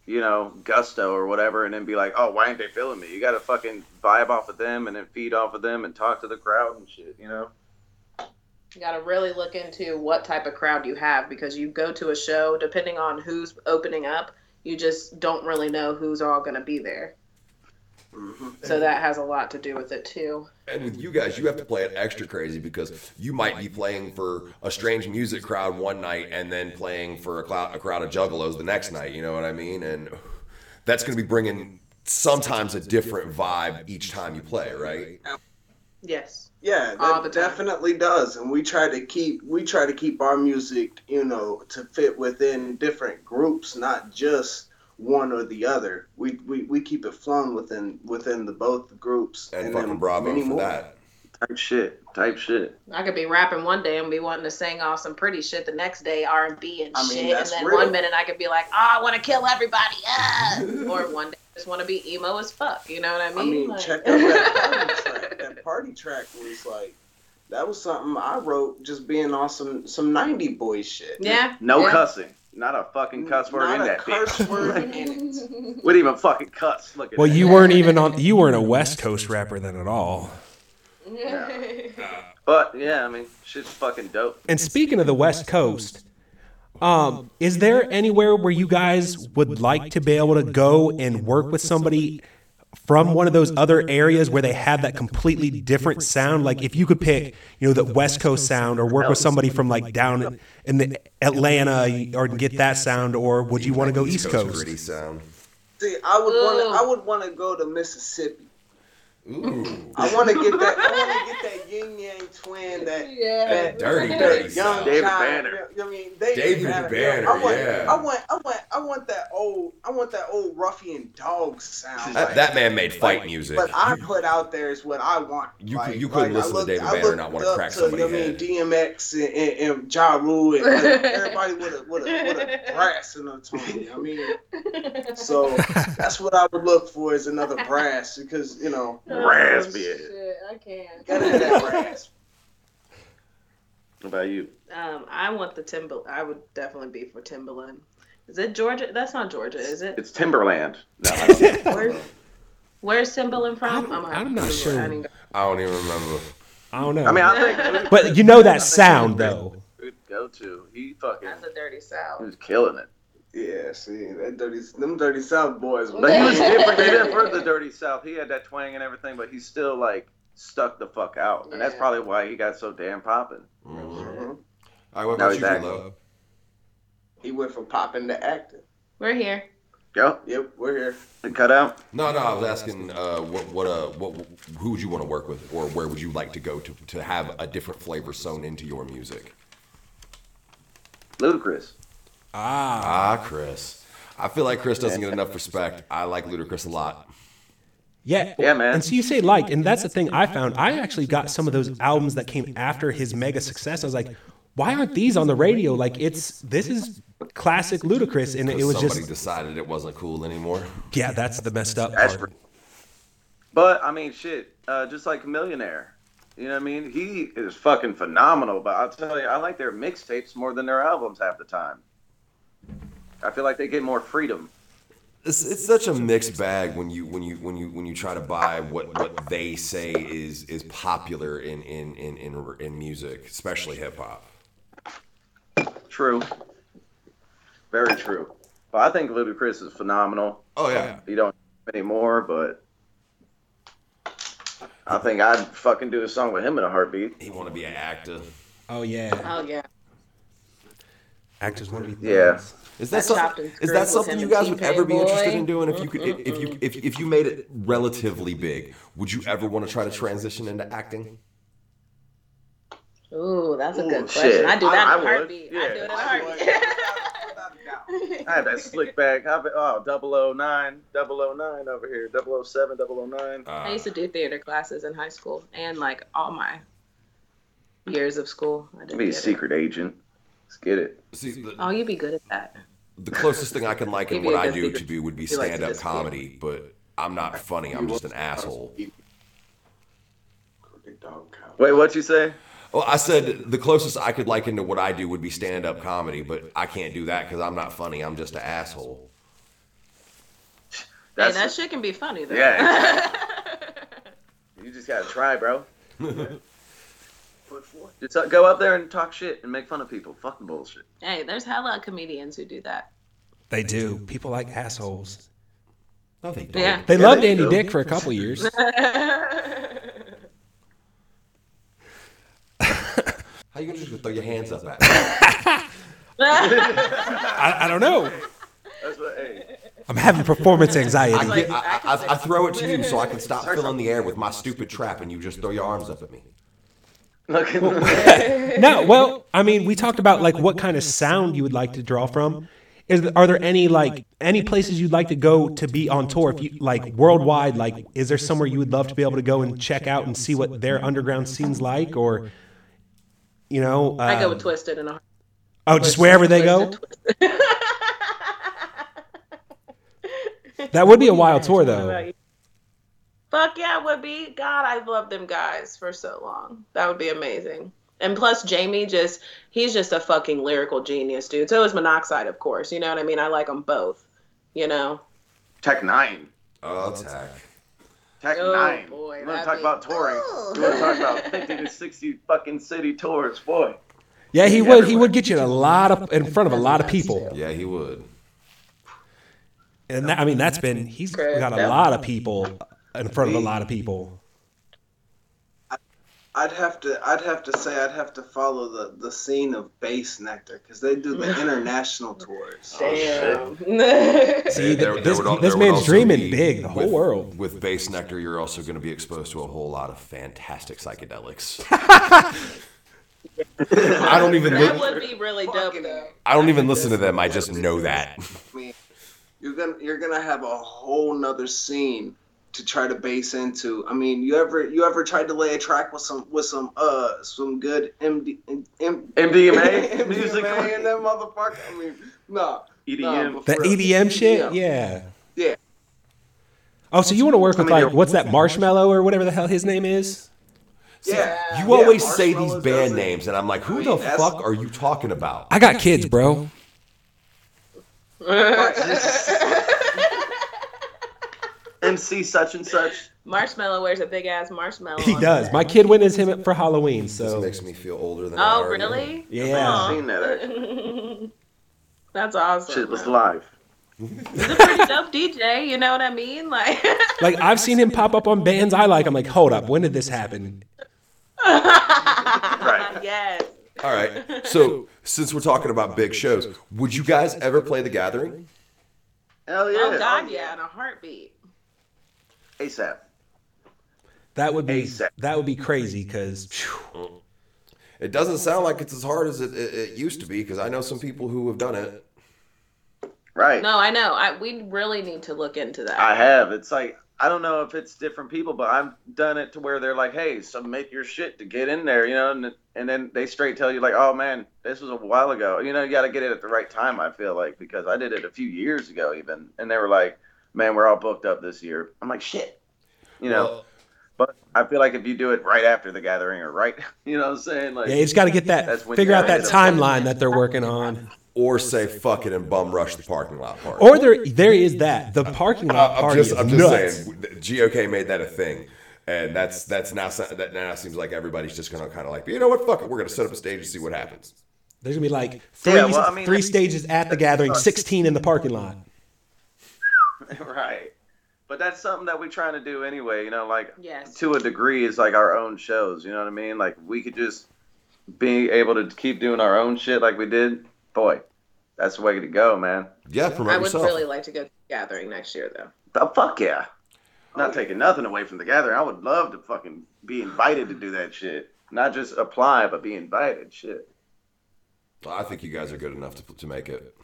[SPEAKER 4] you know, gusto or whatever and then be like, oh, why ain't they feeling me? You got to fucking vibe off of them and then feed off of them and talk to the crowd and shit, you know?
[SPEAKER 6] You got to really look into what type of crowd you have because you go to a show, depending on who's opening up, you just don't really know who's all going to be there.
[SPEAKER 8] Mm-hmm.
[SPEAKER 6] So that has a lot to do with it too.
[SPEAKER 1] And with you guys, you have to play it extra crazy because you might be playing for a strange music crowd one night and then playing for a, clou- a crowd of juggalos the next night. You know what I mean? And that's going to be bringing sometimes a different vibe each time you play, right?
[SPEAKER 6] Yes.
[SPEAKER 8] Yeah,
[SPEAKER 6] All the
[SPEAKER 8] that
[SPEAKER 6] time.
[SPEAKER 8] definitely does, and we try to keep we try to keep our music, you know, to fit within different groups, not just one or the other. We we, we keep it flung within within the both groups.
[SPEAKER 1] And
[SPEAKER 8] then
[SPEAKER 1] fucking bravo
[SPEAKER 8] many
[SPEAKER 1] for
[SPEAKER 8] more.
[SPEAKER 1] that.
[SPEAKER 4] Type shit. Type shit.
[SPEAKER 6] I could be rapping one day and be wanting to sing off some pretty shit the next day, R and B and
[SPEAKER 8] I mean,
[SPEAKER 6] shit, and
[SPEAKER 8] that's
[SPEAKER 6] then
[SPEAKER 8] real.
[SPEAKER 6] one minute I could be like, "Oh, I want to kill everybody," ah! or one day I just want to be emo as fuck. You know what I mean?
[SPEAKER 8] I mean,
[SPEAKER 6] Like-
[SPEAKER 8] check out that party track. That party track was like that was something I wrote just being on some some ninety boy shit.
[SPEAKER 6] yeah.
[SPEAKER 4] No
[SPEAKER 6] yeah.
[SPEAKER 4] cussing. Not a fucking cuss word
[SPEAKER 8] Not
[SPEAKER 4] in
[SPEAKER 8] a
[SPEAKER 4] that
[SPEAKER 8] curse
[SPEAKER 4] bitch.
[SPEAKER 8] word
[SPEAKER 4] Like,
[SPEAKER 8] in it.
[SPEAKER 4] wouldn't even fucking cuss. Look at
[SPEAKER 3] Well,
[SPEAKER 4] that.
[SPEAKER 3] you weren't even on. You weren't a West Coast rapper then at all.
[SPEAKER 4] But yeah, I mean, shit's fucking dope.
[SPEAKER 3] And speaking of the West Coast, um, is there anywhere where you guys would like to be able to go and work with somebody from one of those other areas where they have that completely different sound? Like if you could pick, you know, the West Coast sound, or work with somebody from like down in, in the Atlanta, or get that sound, or would you want to go East Coast?
[SPEAKER 1] Gritty sound.
[SPEAKER 8] See, I would
[SPEAKER 6] Ooh.
[SPEAKER 8] want to I would want to go to Mississippi.
[SPEAKER 1] Ooh.
[SPEAKER 8] I want to get that. I want to get that yin yang twin. That
[SPEAKER 6] Yeah.
[SPEAKER 8] that
[SPEAKER 1] Dirty,
[SPEAKER 8] that
[SPEAKER 1] dirty
[SPEAKER 8] young
[SPEAKER 1] sound.
[SPEAKER 4] David
[SPEAKER 8] child,
[SPEAKER 4] Banner.
[SPEAKER 8] you know what I mean, David,
[SPEAKER 1] David
[SPEAKER 8] Banner.
[SPEAKER 1] Banner,
[SPEAKER 8] I want,
[SPEAKER 1] yeah.
[SPEAKER 8] I want, I want, I want that old, I want that old ruffian dog sound.
[SPEAKER 1] That, that man made fight music.
[SPEAKER 8] But I put out there is what I want.
[SPEAKER 1] You
[SPEAKER 8] like,
[SPEAKER 1] could- you couldn't
[SPEAKER 8] like, I
[SPEAKER 1] listen to
[SPEAKER 8] looked-
[SPEAKER 1] David
[SPEAKER 8] I
[SPEAKER 1] Banner and
[SPEAKER 8] looked
[SPEAKER 1] not wanna
[SPEAKER 8] up
[SPEAKER 1] crack
[SPEAKER 8] to, you know
[SPEAKER 1] somebody's
[SPEAKER 8] what I mean,
[SPEAKER 1] head.
[SPEAKER 8] DMX and, and, and Ja Rule and like, everybody with a with a with a brass in their tongue. You know what I mean, so that's what I would look for is another brass because you know
[SPEAKER 4] Raspy.
[SPEAKER 6] I can't.
[SPEAKER 8] gotta have that brass.
[SPEAKER 4] What about you?
[SPEAKER 6] Um, I want the Timber. I would definitely be for Timberland. Is it Georgia? That's not Georgia, is it?
[SPEAKER 4] It's Timberland. No, I don't know.
[SPEAKER 6] Where's, where's Timberland from?
[SPEAKER 3] I'm-
[SPEAKER 6] gonna have
[SPEAKER 3] I'm
[SPEAKER 6] to
[SPEAKER 3] not
[SPEAKER 6] Google it.
[SPEAKER 3] sure.
[SPEAKER 6] I didn't go-
[SPEAKER 1] I don't even remember.
[SPEAKER 3] I don't know.
[SPEAKER 4] I mean, I think
[SPEAKER 3] but you know that sound though.
[SPEAKER 4] Who'd go to? He fucking
[SPEAKER 6] That's a dirty
[SPEAKER 4] he
[SPEAKER 6] sound.
[SPEAKER 4] was killing it.
[SPEAKER 8] Yeah, see that dirty, them dirty South boys.
[SPEAKER 4] But he was
[SPEAKER 8] yeah,
[SPEAKER 4] different. Even for the Dirty South, he had that twang and everything, but he still like stuck the fuck out, and that's
[SPEAKER 6] Yeah.
[SPEAKER 4] probably why he got so damn popping. uh-huh,
[SPEAKER 1] I went
[SPEAKER 4] Now
[SPEAKER 1] with
[SPEAKER 4] he's
[SPEAKER 1] you,
[SPEAKER 4] back.
[SPEAKER 1] Lo.
[SPEAKER 8] he went from popping to acting.
[SPEAKER 6] We're here.
[SPEAKER 4] Yo,
[SPEAKER 8] Yep, we're here.
[SPEAKER 4] and cut out.
[SPEAKER 1] No, no, I was asking uh, what, what, uh, what, who would you want to work with, or where would you like to go to to have a different flavor sewn into your music?
[SPEAKER 4] Ludicrous.
[SPEAKER 3] Ah,
[SPEAKER 1] Ah, Chris. I feel like Chris doesn't get enough respect. I like Ludacris a lot.
[SPEAKER 3] yeah,
[SPEAKER 4] Yeah, man.
[SPEAKER 3] And so you say liked, and that's the thing I found. I actually got some of those albums that came after his mega success. I was like, why aren't these on the radio? Like it's this is classic Ludacris, and it
[SPEAKER 1] 'Cause
[SPEAKER 3] was
[SPEAKER 1] somebody
[SPEAKER 3] just
[SPEAKER 1] decided it wasn't cool anymore.
[SPEAKER 3] yeah, that's the messed up
[SPEAKER 4] That's
[SPEAKER 3] part.
[SPEAKER 4] But I mean, shit. Uh, just like Millionaire. You know what I mean? He is fucking phenomenal. But I'll tell you, I like their mixtapes more than their albums half the time. I feel like they get more freedom.
[SPEAKER 1] it's, it's such a mixed bag when you when you when you when you try to buy what, what they say is is popular in in in in, in music, especially hip hop.
[SPEAKER 8] True. Very true. But I think Ludacris is phenomenal.
[SPEAKER 1] Oh yeah.
[SPEAKER 8] You don't anymore, but I think I'd fucking do a song with him in a heartbeat.
[SPEAKER 1] He want to be an actor.
[SPEAKER 3] Oh yeah.
[SPEAKER 6] Oh yeah.
[SPEAKER 3] Actors want to be.
[SPEAKER 8] Yeah.
[SPEAKER 3] things.
[SPEAKER 1] Is that,
[SPEAKER 6] That chopped
[SPEAKER 1] something?
[SPEAKER 6] and
[SPEAKER 1] Is that
[SPEAKER 6] screwed
[SPEAKER 1] something you
[SPEAKER 6] with him
[SPEAKER 1] guys
[SPEAKER 6] and
[SPEAKER 1] would ever be
[SPEAKER 6] T-Pain,
[SPEAKER 1] interested
[SPEAKER 6] boy.
[SPEAKER 1] in doing? If you could, if, if you if, if you made it relatively big, would you ever want to try to transition into acting?
[SPEAKER 6] Ooh, that's a
[SPEAKER 8] Ooh,
[SPEAKER 6] good
[SPEAKER 8] shit.
[SPEAKER 6] question. I do that in
[SPEAKER 8] I- I
[SPEAKER 6] a
[SPEAKER 8] would.
[SPEAKER 6] heartbeat. I
[SPEAKER 8] Yeah.
[SPEAKER 6] do it in a
[SPEAKER 8] I
[SPEAKER 6] heartbeat.
[SPEAKER 8] I have that slick back. I've been, oh, 009, 009 over here, 007, 009.
[SPEAKER 1] Uh,
[SPEAKER 6] I used to do theater classes in high school and like all my years of school. I did
[SPEAKER 8] Be a
[SPEAKER 6] theater.
[SPEAKER 8] secret agent. Let's get it.
[SPEAKER 1] See, the,
[SPEAKER 6] Oh, you'd be good at that.
[SPEAKER 1] the closest thing I can liken
[SPEAKER 6] Maybe
[SPEAKER 1] what
[SPEAKER 6] I
[SPEAKER 1] I
[SPEAKER 6] guess
[SPEAKER 1] do
[SPEAKER 6] you
[SPEAKER 1] to
[SPEAKER 6] could
[SPEAKER 1] be would be
[SPEAKER 6] do like
[SPEAKER 1] stand up
[SPEAKER 6] this.
[SPEAKER 1] comedy, but I'm not funny. I'm just an asshole.
[SPEAKER 8] Wait, what you say?
[SPEAKER 1] Well, I said the closest I could liken to what I do would be stand up comedy, but I can't do that because I'm not funny. I'm just an asshole.
[SPEAKER 8] That's,
[SPEAKER 6] hey, that shit can be funny though.
[SPEAKER 8] Yeah. you just gotta try, bro. Just uh, go up there and talk shit and make fun of people. Fuck the bullshit.
[SPEAKER 6] hey, there's hella comedians who do that.
[SPEAKER 3] They do. People like assholes.
[SPEAKER 1] No, they don't.
[SPEAKER 6] Yeah.
[SPEAKER 3] They loved
[SPEAKER 8] they
[SPEAKER 3] Andy
[SPEAKER 8] do.
[SPEAKER 3] Dick for a couple years.
[SPEAKER 1] How you gonna just throw your hands up at me?
[SPEAKER 3] I, I don't know.
[SPEAKER 8] That's what. Hey,
[SPEAKER 3] I'm having performance
[SPEAKER 1] I,
[SPEAKER 3] anxiety.
[SPEAKER 1] get- I, I, I, I throw it to you so I can stop filling the air with my stupid trap, and you just throw your arms up at me.
[SPEAKER 8] look.
[SPEAKER 3] No, well, I mean, we talked about like what kind of sound you would like to draw from. Is there, are there any like any places you'd like to go to be on tour? If you like worldwide, like is there somewhere you would love to be able to go and check out and see what their underground scene's like, or you know,
[SPEAKER 6] I go
[SPEAKER 3] uh,
[SPEAKER 6] with Twisted and a
[SPEAKER 3] oh, just wherever they go. That would be a wild tour, though.
[SPEAKER 6] Fuck yeah, would be. God, I've loved them guys for so long. That would be amazing. And plus, Jamie just, he's just a fucking lyrical genius, dude. So is Monoxide, of course. You know what I mean? I like them both. You know?
[SPEAKER 8] Tech nine.
[SPEAKER 1] Oh, attack.
[SPEAKER 8] Tech
[SPEAKER 6] Oh,
[SPEAKER 8] nine.
[SPEAKER 6] boy,
[SPEAKER 8] you want
[SPEAKER 6] that'd
[SPEAKER 8] to
[SPEAKER 6] be-
[SPEAKER 8] talk about touring? You want to talk about fifty to sixty fucking city tours, boy?
[SPEAKER 3] Yeah, he would. He would get you a lot of in front of a lot of people,
[SPEAKER 1] Yeah, he would.
[SPEAKER 3] and that, I mean, that's been he's got a lot of people in front of a lot of people.
[SPEAKER 4] I'd have to I'd have to say I'd have to follow the, the scene of Bass Nectar because they do the international tours.
[SPEAKER 6] Damn.
[SPEAKER 3] See,
[SPEAKER 1] There-
[SPEAKER 3] th-
[SPEAKER 1] there
[SPEAKER 3] this,
[SPEAKER 1] would al- there would
[SPEAKER 3] this man's
[SPEAKER 1] also
[SPEAKER 3] dreaming
[SPEAKER 1] be-
[SPEAKER 3] big, the whole
[SPEAKER 1] with-
[SPEAKER 3] world.
[SPEAKER 1] With Bass Nectar, you're also going to be exposed to a whole lot of fantastic psychedelics. I don't even
[SPEAKER 6] that
[SPEAKER 1] li-
[SPEAKER 6] would be really dope, though.
[SPEAKER 1] I don't even listen to them. I just know that.
[SPEAKER 4] You're gonna you're gonna have a whole nother scene to try to base into. I mean, you ever you ever tried to lay a track with some with some uh some good MD, M,
[SPEAKER 8] MDMA,
[SPEAKER 4] MDMA
[SPEAKER 8] music, E
[SPEAKER 4] and that motherfucker? I mean, no.
[SPEAKER 8] EDM.
[SPEAKER 4] No,
[SPEAKER 3] The
[SPEAKER 4] for real.
[SPEAKER 1] E
[SPEAKER 8] E
[SPEAKER 4] E
[SPEAKER 3] EDM shit,
[SPEAKER 4] Yeah.
[SPEAKER 3] yeah.
[SPEAKER 4] Yeah.
[SPEAKER 3] Oh, so you want to work with
[SPEAKER 8] mean,
[SPEAKER 3] like what's that marshmallow or whatever the hell his name is?
[SPEAKER 4] Yeah.
[SPEAKER 1] You always say these
[SPEAKER 4] Marshmello does
[SPEAKER 1] band
[SPEAKER 4] it.
[SPEAKER 1] names, and I'm like, who
[SPEAKER 4] I mean,
[SPEAKER 1] the
[SPEAKER 4] that's-
[SPEAKER 1] fuck are you talking about?
[SPEAKER 3] I got kids, bro.
[SPEAKER 8] MC such and such.
[SPEAKER 6] Marshmallow wears a big ass marshmallow.
[SPEAKER 3] He
[SPEAKER 6] on
[SPEAKER 3] does.
[SPEAKER 6] his
[SPEAKER 3] My
[SPEAKER 6] head.
[SPEAKER 3] kid went as him for Halloween,
[SPEAKER 1] This
[SPEAKER 3] so
[SPEAKER 1] makes me feel older than I
[SPEAKER 6] Oh,
[SPEAKER 1] already am.
[SPEAKER 6] really?
[SPEAKER 3] Yeah.
[SPEAKER 6] Aw.
[SPEAKER 8] Seen that actually.
[SPEAKER 6] That's awesome.
[SPEAKER 8] shit was live.
[SPEAKER 6] He's a pretty dope DJ. You know what I mean? Like,
[SPEAKER 3] like I've seen him pop up on bands I like. I'm like, hold up, when did this happen?
[SPEAKER 8] Right.
[SPEAKER 6] yes.
[SPEAKER 1] All right. So, since we're talking about big shows, would you guys ever play The Gathering?
[SPEAKER 8] Hell yeah.
[SPEAKER 6] Oh God, yeah, in a heartbeat.
[SPEAKER 8] ASAP.
[SPEAKER 3] That would be
[SPEAKER 8] ASAP.
[SPEAKER 3] that would be crazy because
[SPEAKER 1] It doesn't sound like it's as hard as it, it, it used to be because I know some people who have done it.
[SPEAKER 8] Right.
[SPEAKER 6] No, I know. I we really need to look into that.
[SPEAKER 8] I have. It's like I don't know if it's different people, but I've done it to where they're like, "Hey, submit your shit to get in there," you know, and, and then they straight tell you like, "Oh man, this was a while ago." You know, you got to get it at the right time. I feel like because I did it a few years ago even, and they were like, "Man, we're all booked up this year." I'm like, "Shit," you know.
[SPEAKER 1] Well,
[SPEAKER 8] but I feel like if you do it right after the gathering or right, you know, what I'm saying like
[SPEAKER 3] yeah, you just got to get that
[SPEAKER 8] That's when
[SPEAKER 3] figure
[SPEAKER 8] you
[SPEAKER 3] out that
[SPEAKER 8] gotta
[SPEAKER 3] timeline that they're working on.
[SPEAKER 1] or say fuck it and bum rush the parking lot part.
[SPEAKER 3] Or there, there is that. The parking lot
[SPEAKER 1] I'm
[SPEAKER 3] party
[SPEAKER 1] just,
[SPEAKER 3] is
[SPEAKER 1] I'm just
[SPEAKER 3] nuts.
[SPEAKER 1] saying, GOK made that a thing. And that's that's now that now seems like everybody's just gonna kind of like you know what fuck it we're gonna set up a stage and see what happens.
[SPEAKER 3] There's gonna be like three,
[SPEAKER 8] Yeah, well, I mean, uh,
[SPEAKER 3] three
[SPEAKER 8] that's-
[SPEAKER 3] stages at the gathering, sixteen in the parking lot.
[SPEAKER 8] right. But that's something that we're trying to do anyway, you know, like
[SPEAKER 6] Yes.
[SPEAKER 8] to a degree is like our own shows, you know what I mean? Like we could just be able to keep doing our own shit like we did. Boy, that's the way to go, man.
[SPEAKER 1] Yeah, promote
[SPEAKER 6] I would
[SPEAKER 1] yourself.
[SPEAKER 6] really like to go to the gathering next year, though.
[SPEAKER 8] But fuck yeah. Not taking nothing away from the gathering. I would love to fucking be invited to do that shit. Not just apply, but be invited. Shit.
[SPEAKER 1] Well, I think you guys are good enough to to make it.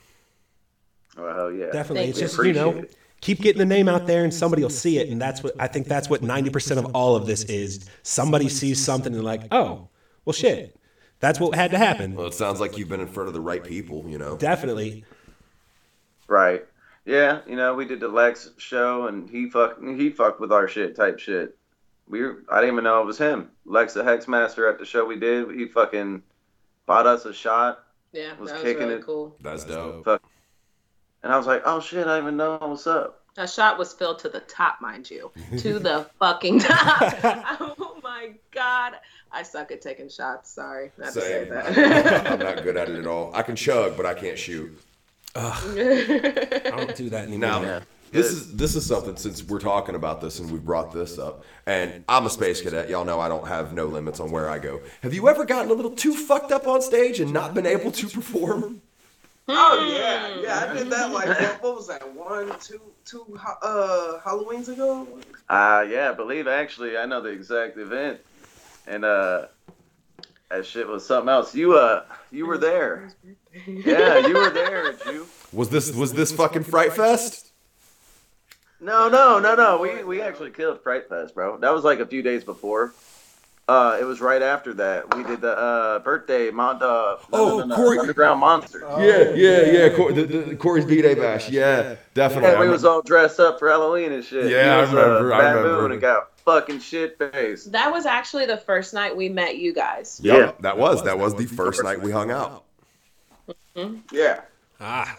[SPEAKER 8] Well, hell yeah.
[SPEAKER 3] Definitely, it's
[SPEAKER 6] Thank you.
[SPEAKER 3] just you know,
[SPEAKER 8] Appreciate it.
[SPEAKER 3] keep getting the name out there, and somebody will see it, and that's what I think. That's what ninety percent of all of this is. Somebody sees something and like, oh, well, shit. That's what had to happen.
[SPEAKER 1] Well, it sounds like you've been in front of the right people, you know.
[SPEAKER 3] Definitely.
[SPEAKER 8] Right. Yeah, you know, we did the Lex show and he fuck he fucked with our shit type shit. We were, I didn't even know it was him. Lex the Hexmaster at the show we did, he fucking bought us a shot
[SPEAKER 6] Yeah,
[SPEAKER 8] Was
[SPEAKER 6] that was
[SPEAKER 8] kicking
[SPEAKER 6] really
[SPEAKER 8] it.
[SPEAKER 6] cool.
[SPEAKER 1] That's dope.
[SPEAKER 8] and I was like, "Oh shit, I didn't even know what's up."
[SPEAKER 6] That shot was filled to the top, mind you, to the fucking top. oh my god, I suck at taking shots. Sorry, I had to say
[SPEAKER 1] Same. I'm
[SPEAKER 6] that.
[SPEAKER 1] not good at it at all. I can chug, but I can't shoot.
[SPEAKER 3] I don't do that anymore.
[SPEAKER 1] Now, this is this is something since we're talking about this and we've brought this up. And I'm a space cadet. Y'all know I don't have no limits on where I go. Have you ever gotten a little too fucked up on stage and not been able to perform?
[SPEAKER 7] Oh yeah, yeah. I did that like what, what was that? One, two, two ha- uh, Halloweens ago.
[SPEAKER 8] Uh yeah, I believe actually I know the exact event. And uh that shit was something else. You uh you were there. Yeah, you were there, Jew.
[SPEAKER 1] Was this was this fucking fright fest?
[SPEAKER 8] No, no, no, no. We we actually killed Fright Fest, bro. That was like a few days before. Uh, it was right after that. We did the uh, birthday mon- uh,
[SPEAKER 1] Oh, Corey- Oh,
[SPEAKER 8] underground monster.
[SPEAKER 1] yeah, yeah, yeah. Cor- the, the, Corey's B-Day bash. Yeah, definitely.
[SPEAKER 8] yeah,
[SPEAKER 1] I
[SPEAKER 8] we was all dressed up for Halloween and shit.
[SPEAKER 1] Yeah,
[SPEAKER 8] He
[SPEAKER 1] I
[SPEAKER 8] was,
[SPEAKER 1] remember,
[SPEAKER 8] Uh,
[SPEAKER 1] I
[SPEAKER 8] baboon
[SPEAKER 1] remember.
[SPEAKER 8] and got fucking shit faced.
[SPEAKER 6] that was actually the first night we met you guys.
[SPEAKER 1] Yeah,
[SPEAKER 8] Yeah.
[SPEAKER 1] that was that was the first night we hung out.
[SPEAKER 7] Yeah.
[SPEAKER 3] Ah.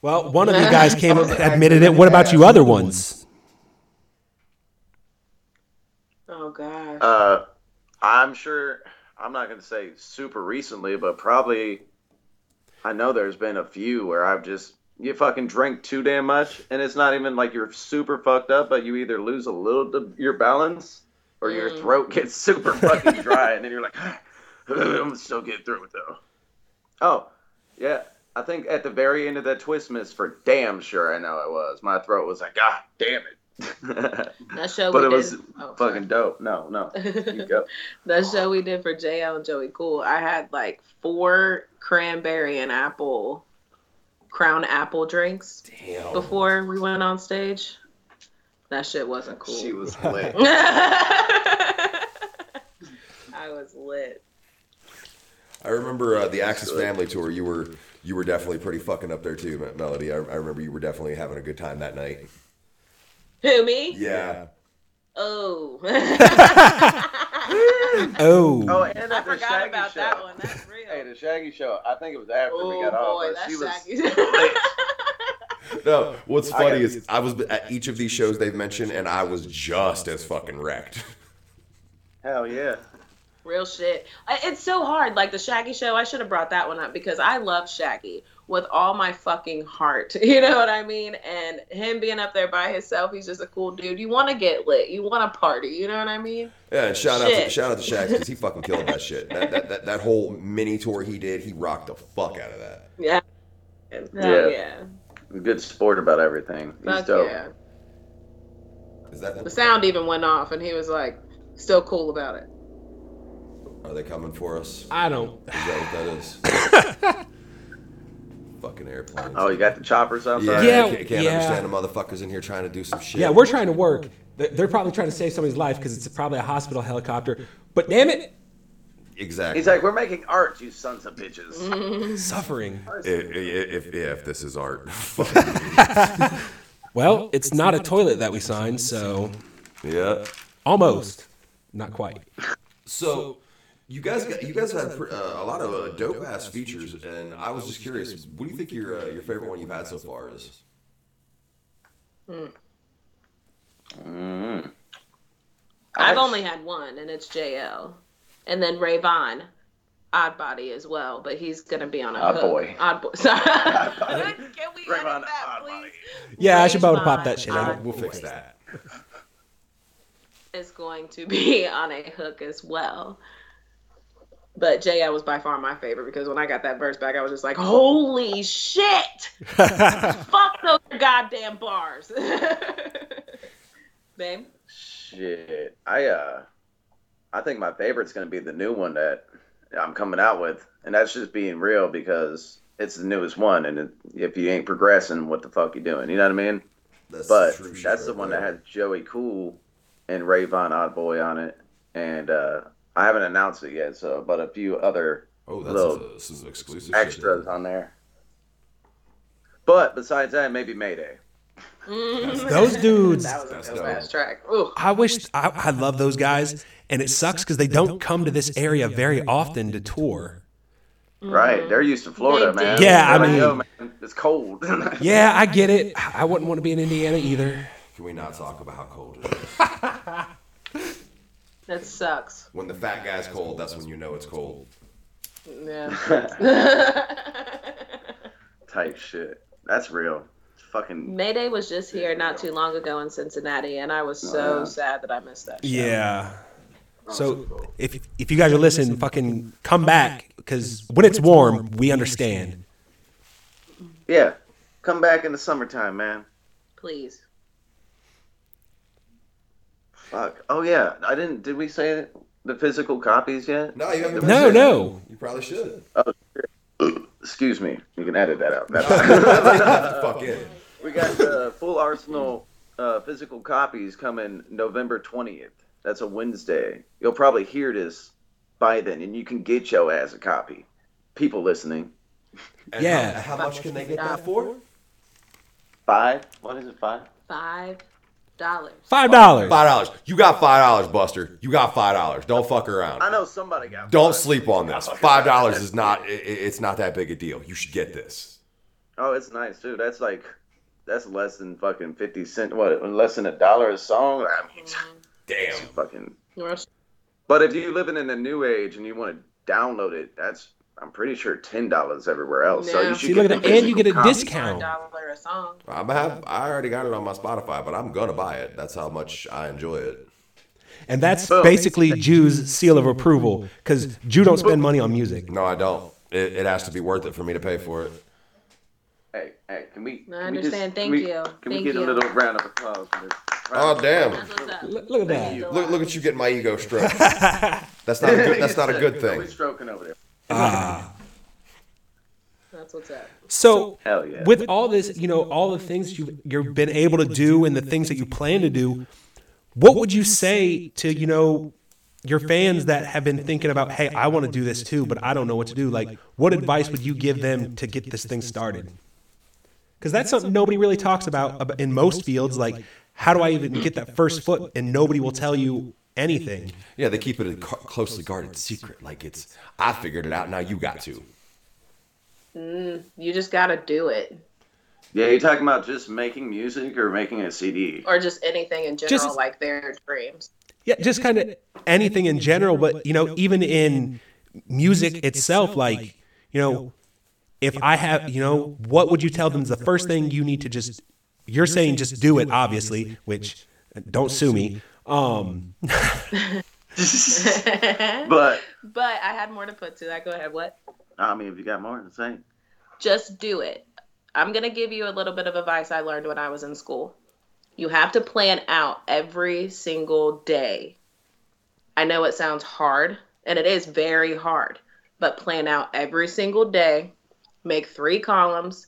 [SPEAKER 3] Well, one of you guys came up, admitted it. What about you other ones?
[SPEAKER 6] Oh gosh.
[SPEAKER 8] Uh, I'm sure. I'm not gonna say super recently, but probably. I know there's been a few where I've just you fucking drink too damn much, and it's not even like you're super fucked up, but you either lose a little of your balance, or your throat gets super fucking dry, and then you're like, I'm gonna still get through it though. Oh, yeah. I think at the very end of that Twistmas, for damn sure, I know it was. My throat was like, God damn it.
[SPEAKER 6] that show
[SPEAKER 8] but
[SPEAKER 6] we
[SPEAKER 8] it was
[SPEAKER 6] did. oh, sorry.
[SPEAKER 8] fucking dope. No, no. You go.
[SPEAKER 6] that show we did for JL and Joey Cool, I had like four cranberry and apple crown apple drinks before we went on stage. That shit wasn't cool.
[SPEAKER 7] She was lit.
[SPEAKER 6] I was lit.
[SPEAKER 1] I remember uh, the Axis Family tour. You were you were definitely pretty fucking up there too, Me- Melody. I, I remember you were definitely having a good time that night.
[SPEAKER 6] Who me?
[SPEAKER 1] Yeah,
[SPEAKER 6] Oh.
[SPEAKER 3] Oh,
[SPEAKER 8] Oh, and
[SPEAKER 6] I
[SPEAKER 8] at the
[SPEAKER 6] forgot
[SPEAKER 8] Shaggy
[SPEAKER 6] about
[SPEAKER 8] show.
[SPEAKER 6] that one. That's
[SPEAKER 8] Hey,
[SPEAKER 6] real.
[SPEAKER 8] the Shaggy show. I think it was after we got off.
[SPEAKER 6] Oh boy,
[SPEAKER 8] but she was
[SPEAKER 6] that's Shaggy.
[SPEAKER 1] No, what's
[SPEAKER 8] I
[SPEAKER 1] funny
[SPEAKER 8] got-
[SPEAKER 1] is I was at each of these shows they've mentioned, and I was just as fucking wrecked.
[SPEAKER 8] hell yeah.
[SPEAKER 6] Real shit. I- It's so hard. Like the Shaggy show, I should have brought that one up because I love Shaggy with all my fucking heart. You know what I mean? And him being up there by himself, he's just a cool dude. You want to get lit. You want to party. You know what I mean?
[SPEAKER 1] Yeah, and shout out to,
[SPEAKER 6] Shit.
[SPEAKER 1] shout out to Shax because he fucking killed that shit. That, that, that, that whole mini tour he did, he rocked the fuck out of that.
[SPEAKER 6] Yeah. Hell
[SPEAKER 8] Yeah.
[SPEAKER 6] yeah.
[SPEAKER 8] Good sport about everything. He's
[SPEAKER 6] Fuck
[SPEAKER 8] dope.
[SPEAKER 6] yeah.
[SPEAKER 1] Is
[SPEAKER 6] The
[SPEAKER 1] that
[SPEAKER 6] sound even went off, and he was like, still cool about it.
[SPEAKER 1] are they coming for us? Is
[SPEAKER 3] I don't.
[SPEAKER 1] that what that is? fucking airplanes.
[SPEAKER 8] Oh, you got the choppers
[SPEAKER 1] yeah,
[SPEAKER 8] outside?
[SPEAKER 3] Yeah,
[SPEAKER 1] I can't, can't
[SPEAKER 3] yeah.
[SPEAKER 1] understand the motherfuckers in here trying to do some shit.
[SPEAKER 3] Yeah, we're trying to work. They're- They're probably trying to save somebody's life because it's probably a hospital helicopter. But damn it,
[SPEAKER 1] exactly.
[SPEAKER 8] He's like, we're making art, you sons of
[SPEAKER 6] Mm-hmm.
[SPEAKER 8] bitches.
[SPEAKER 3] suffering.
[SPEAKER 1] I- I- if, yeah, if this is art,
[SPEAKER 3] Well, it's not a toilet that we signed, so
[SPEAKER 1] yeah.
[SPEAKER 3] almost, not quite.
[SPEAKER 2] So
[SPEAKER 1] You guys, got, you guys had pre- uh, a lot of uh, dope ass features, and I was just curious. What do you think your uh, your favorite one you've had so far is?
[SPEAKER 6] Mm. I've only had one, and it's JL, and then Ray Vaughn, Odd Body as well, but he's gonna be on a
[SPEAKER 8] Odd
[SPEAKER 6] hook.
[SPEAKER 8] Boy.
[SPEAKER 6] Odd Boy. Sorry.
[SPEAKER 8] Body.
[SPEAKER 6] Can we
[SPEAKER 8] Ray
[SPEAKER 6] edit
[SPEAKER 8] Vaughn,
[SPEAKER 6] that,
[SPEAKER 8] Odd
[SPEAKER 6] please?
[SPEAKER 8] Body.
[SPEAKER 3] Yeah, I should be able to
[SPEAKER 6] Ray
[SPEAKER 3] pop
[SPEAKER 6] Vaughn,
[SPEAKER 3] that shit
[SPEAKER 6] Odd
[SPEAKER 3] out.
[SPEAKER 1] We'll fix that.
[SPEAKER 6] is going to be on a hook as well. But JL was by far my favorite because when I got that verse back, I was just like, holy shit! Fuck those goddamn bars. Babe?
[SPEAKER 8] Shit, I uh, I think my favorite's gonna be the new one that I'm coming out with, and that's just being real because it's the newest one, and it, if you ain't progressing, what the fuck you doing? You know what I mean?
[SPEAKER 1] That's
[SPEAKER 8] but
[SPEAKER 1] true shit
[SPEAKER 8] that's the
[SPEAKER 1] right
[SPEAKER 8] one
[SPEAKER 1] there.
[SPEAKER 8] that has Joey Cool and Ray Von Oddboy on it, and uh, I haven't announced it yet, so but a few other
[SPEAKER 1] Oh, that's
[SPEAKER 8] little
[SPEAKER 1] a, this is exclusive. shit.
[SPEAKER 8] extras on there. But besides that, maybe Mayday.
[SPEAKER 3] Those dudes.
[SPEAKER 6] That was
[SPEAKER 1] That's
[SPEAKER 6] a
[SPEAKER 1] dope.
[SPEAKER 6] dope ass track. Ooh.
[SPEAKER 3] I wish I, I love those guys, and it sucks because they don't come to this area very often to tour.
[SPEAKER 8] Right, they're used to Florida,
[SPEAKER 6] They
[SPEAKER 8] man.
[SPEAKER 6] do.
[SPEAKER 3] Yeah, I
[SPEAKER 8] They're like,
[SPEAKER 3] mean-
[SPEAKER 8] "Yo, man, it's cold.
[SPEAKER 3] Yeah, I get it. I wouldn't want to be in Indiana either.
[SPEAKER 1] Can we not talk about how cold it is?
[SPEAKER 6] That sucks.
[SPEAKER 1] When the fat guy's cold, that's when you know it's cold.
[SPEAKER 6] Yeah.
[SPEAKER 8] type shit. That's real. It's fucking
[SPEAKER 6] Mayday was just here not too long ago in Cincinnati, and I was so sad that I missed that. show.
[SPEAKER 3] Yeah. So if if you guys are listening, fucking come back because when it's warm, we understand.
[SPEAKER 8] yeah. Come back in the summertime, man.
[SPEAKER 6] Please.
[SPEAKER 8] Fuck. Oh yeah, I didn't. Did we say the physical copies yet?
[SPEAKER 1] No, you haven't.
[SPEAKER 3] No,
[SPEAKER 1] mentioned it.
[SPEAKER 3] no.
[SPEAKER 1] You probably should.
[SPEAKER 8] Excuse me. You can edit that out.
[SPEAKER 1] Fuck it.
[SPEAKER 8] we got the full arsenal uh, physical copies coming November twentieth. That's a Wednesday. You'll probably hear this by then, and you can get your ass a copy. People listening,
[SPEAKER 1] And
[SPEAKER 3] Yeah.
[SPEAKER 1] How, how much can they get that for?
[SPEAKER 8] five. What is it? Five.
[SPEAKER 6] Five dollars.
[SPEAKER 3] Five dollars.
[SPEAKER 1] Five dollars. You got five dollars, Buster. You got five dollars. Don't fuck around.
[SPEAKER 8] I know somebody got.
[SPEAKER 1] Don't
[SPEAKER 8] five.
[SPEAKER 1] sleep on this. Five dollars is not. i- i it's not that big a deal. You should get this.
[SPEAKER 8] Oh, it's nice too. That's like, that's less than fucking fifty cent. What? Less than a dollar a song. I mean,
[SPEAKER 1] Damn.
[SPEAKER 8] it's fucking.
[SPEAKER 6] You're
[SPEAKER 8] But if you're living in a new age and you want to download it, that's I'm pretty sure ten dollars everywhere else. So
[SPEAKER 6] Yeah.
[SPEAKER 8] you
[SPEAKER 6] See,
[SPEAKER 8] should get
[SPEAKER 3] look at
[SPEAKER 8] the
[SPEAKER 3] that. And you
[SPEAKER 8] physical
[SPEAKER 3] get a
[SPEAKER 8] copy.
[SPEAKER 6] a
[SPEAKER 3] discount.
[SPEAKER 6] dollar a song.
[SPEAKER 1] I'm have. I already got it on my Spotify, but I'm gonna buy it. That's how much I enjoy it.
[SPEAKER 3] And that's
[SPEAKER 8] Boom.
[SPEAKER 3] basically Jew's seal of approval because Jew don't spend money on music.
[SPEAKER 1] No, I don't. It, it has to be worth it for me to pay for it.
[SPEAKER 8] Hey, hey, can we?
[SPEAKER 6] I
[SPEAKER 8] can we
[SPEAKER 6] understand. Thank
[SPEAKER 8] Just, can we,
[SPEAKER 6] you.
[SPEAKER 8] Can we
[SPEAKER 6] Thank
[SPEAKER 8] get
[SPEAKER 6] you.
[SPEAKER 8] a little round of applause for this?
[SPEAKER 1] Oh damn!
[SPEAKER 6] That's what's up.
[SPEAKER 3] Look, look at that.
[SPEAKER 1] Look, look at you getting my ego stroked. That's not. A good, that's not a good thing.
[SPEAKER 8] We're stroking over there.
[SPEAKER 6] That's what's up.
[SPEAKER 3] So
[SPEAKER 8] Hell yeah.
[SPEAKER 3] with all this, you know, all the things you've you've been able to do and the things that you plan to do, what would you say to, you know, your fans that have been thinking about, hey, I want to do this too, but I don't know what to do. Like, what advice would you give them to get this thing started? Because that's something nobody really talks about ab- in most fields. Like, how do I even get that first foot? And nobody will tell you anything.
[SPEAKER 1] Yeah, they keep it a ca- closely guarded secret. Like it's. I figured it out. Now you got to.
[SPEAKER 6] You just gotta do it,
[SPEAKER 8] Yeah, you're talking about just making music or making a CD?
[SPEAKER 6] or just anything in general,
[SPEAKER 3] Just-
[SPEAKER 6] like their dreams.
[SPEAKER 3] yeah, just kind of anything in general, but you know, even in music itself, like you know, if I have, you know, what would you tell them is the first thing you need to just? You're saying just do it, obviously, which uh, don't sue me. Um,
[SPEAKER 6] but
[SPEAKER 8] But
[SPEAKER 6] I had more to put to that. Go ahead. What?
[SPEAKER 8] I mean, if you got more, say.
[SPEAKER 6] Just do it. I'm gonna give you a little bit of advice I learned when I was in school. You have to plan out every single day. I know it sounds hard, and it is very hard, but plan out every single day. Make three columns.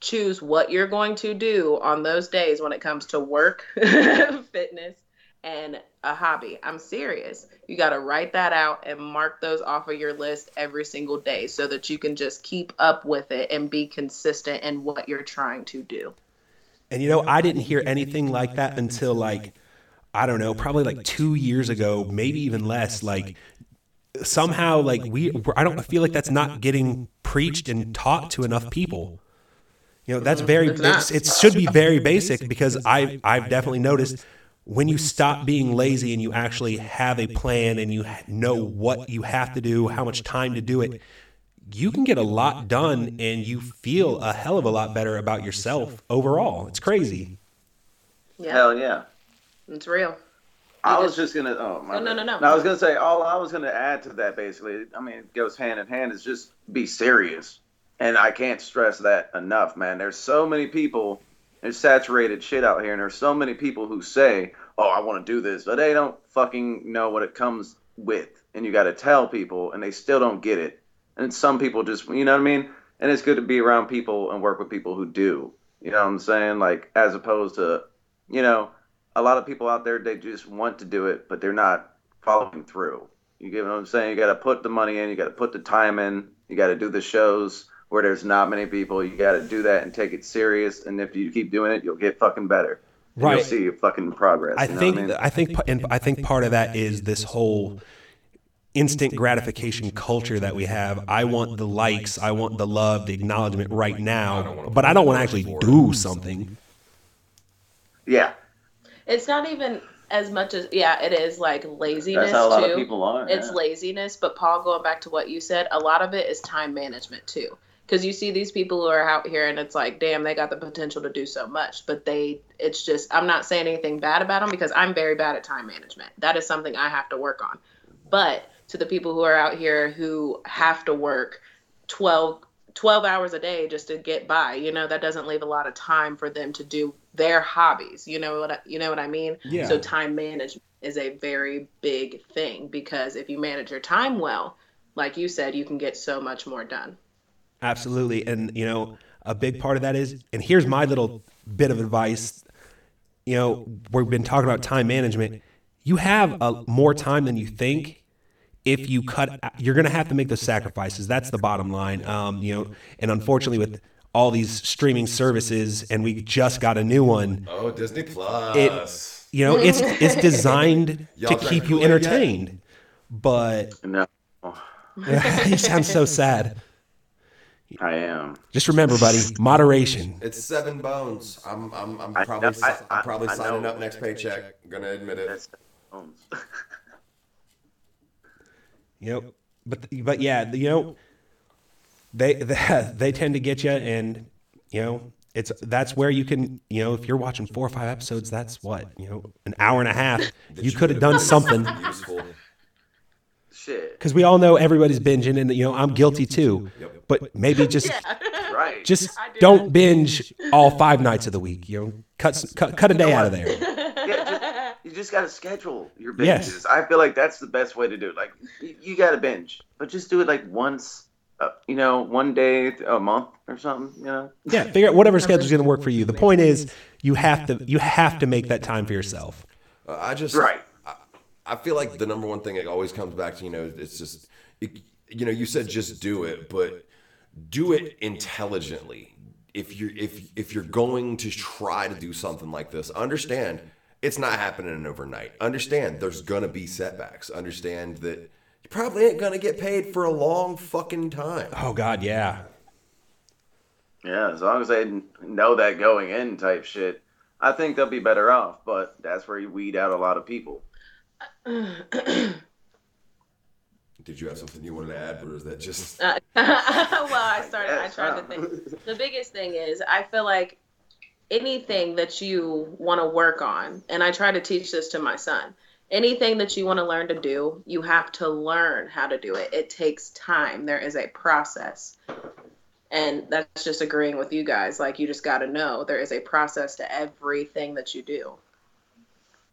[SPEAKER 6] Choose what you're going to do on those days when it comes to work, fitness, and a hobby. I'm serious. You got to write that out and mark those off of your list every single day so that you can just keep up with it and be consistent in what you're trying to do.
[SPEAKER 3] and you know, I didn't hear anything like that until like I don't know, probably like two years ago, maybe even less. Like somehow like we I don't I feel like that's not getting preached and taught to enough people. You know, that's very it's, it should be very basic because I I've definitely noticed when you stop being lazy and you actually have a plan and you know what you have to do, how much time to do it, you can get a lot done and you feel a hell of a lot better about yourself overall. It's crazy.
[SPEAKER 8] Yeah. Hell yeah.
[SPEAKER 6] It's real.
[SPEAKER 8] I was just gonna. Oh my.
[SPEAKER 6] No, no, no, no.
[SPEAKER 8] I was gonna say all I was gonna add to that basically. I mean, it goes hand in hand. Is just be serious, and I can't stress that enough, man. There's so many people. There's saturated shit out here, and there's so many people who say, "Oh, I want to do this," but they don't fucking know what it comes with, and you got to tell people, and they still don't get it. And some people just, you know what I mean. And it's good to be around people and work with people who do. You know what I'm saying? Like as opposed to, you know, a lot of people out there they just want to do it but they're not following through you get what i'm saying you got to put the money in you got to put the time in you got to do the shows where there's not many people you got to do that and take it serious and if you keep doing it you'll get fucking better and
[SPEAKER 3] Right.
[SPEAKER 8] you'll see your fucking progress
[SPEAKER 3] I
[SPEAKER 8] you know
[SPEAKER 3] think
[SPEAKER 8] what I mean?
[SPEAKER 3] I think and I think part of that is this whole instant gratification culture that we have. I want the likes, I want the love, the acknowledgement right now, but I don't want to actually do something.
[SPEAKER 8] yeah
[SPEAKER 6] It's not even as much as yeah, it is like laziness
[SPEAKER 8] that's how a lot
[SPEAKER 6] too.
[SPEAKER 8] of people are
[SPEAKER 6] it's
[SPEAKER 8] yeah.
[SPEAKER 6] laziness, but Paul, going back to what you said, a lot of it is time management too. Because you see these people who are out here, and it's like, damn, they got the potential to do so much, but they, it's just, I'm not saying anything bad about them because I'm very bad at time management. That is something I have to work on. But to the people who are out here who have to work 12, 12 hours a day just to get by, you know, that doesn't leave a lot of time for them to do their hobbies. You know what I, you know what I mean?
[SPEAKER 3] Yeah.
[SPEAKER 6] So time management is a very big thing because if you manage your time well, like you said, you can get so much more done.
[SPEAKER 3] Absolutely. And, you know, a big part of that is, and here's my little bit of advice. You know, we've been talking about time management. You have a, more time than you think. If you cut, you're going to have to make those sacrifices. That's the bottom line. Um, you know, and unfortunately, with all these streaming services, and we just got a new one.
[SPEAKER 1] Oh, Disney Plus.
[SPEAKER 3] You know, it's it's designed to
[SPEAKER 1] Y'all drank
[SPEAKER 3] keep you
[SPEAKER 1] Kool-Aid yet?
[SPEAKER 3] entertained. But
[SPEAKER 8] no
[SPEAKER 3] you sound so sad.
[SPEAKER 8] i am
[SPEAKER 3] Just remember, buddy, moderation.
[SPEAKER 1] It's seven bones. I'm I'm I'm
[SPEAKER 8] I
[SPEAKER 1] probably
[SPEAKER 8] know- I-
[SPEAKER 1] I, am probably
[SPEAKER 8] I- I
[SPEAKER 1] signing
[SPEAKER 8] know.
[SPEAKER 1] up next paycheck. Gonna admit it.
[SPEAKER 8] That's- um,
[SPEAKER 3] You know, but but yeah, you know, they they, they tend to get you, and you know, it's that's where you can, you know, if you're watching four or five episodes, that's what you know, an hour and a half. You could have done something
[SPEAKER 1] Useful.
[SPEAKER 8] shit
[SPEAKER 3] because we all know everybody's binging, and you know, I'm guilty too. But maybe just
[SPEAKER 8] right
[SPEAKER 3] just don't binge all five nights of the week. You know, cut s- cut, cut a day out of there.
[SPEAKER 8] Yeah, just, you just gotta schedule your binges.
[SPEAKER 3] Yes.
[SPEAKER 8] I feel like that's the best way to do it. Like you, you gotta binge, but just do it like once, uh, you know, one day th- a month or something. You know,
[SPEAKER 3] Yeah, figure out whatever schedule's going to work for you. The point is, you have to you have to make that time for yourself.
[SPEAKER 1] Uh, I just
[SPEAKER 8] right?
[SPEAKER 1] I feel like the number one thing it always comes back to, you know, it's just, it, you know, you said just do it, but do it intelligently. If you're if if you're going to try to do something like this, understand it's not happening overnight. Understand there's gonna be setbacks. Understand that you probably ain't gonna get paid for a long fucking time.
[SPEAKER 3] Oh God, yeah.
[SPEAKER 8] Yeah, as long as they n- know that going in type shit, I think they'll be better off. But that's where you weed out a lot of people.
[SPEAKER 6] Uh,
[SPEAKER 1] Did you have something you wanted to add, or is that just
[SPEAKER 6] Uh, well, I started. I
[SPEAKER 8] guess,
[SPEAKER 6] tried to
[SPEAKER 8] huh?
[SPEAKER 6] think. The biggest thing is I feel like anything that you want to work on, and I try to teach this to my son. Anything that you want to learn to do, you have to learn how to do it. It takes time. There is a process. And that's just agreeing with you guys. Like, you just got to know there is a process to everything that you do.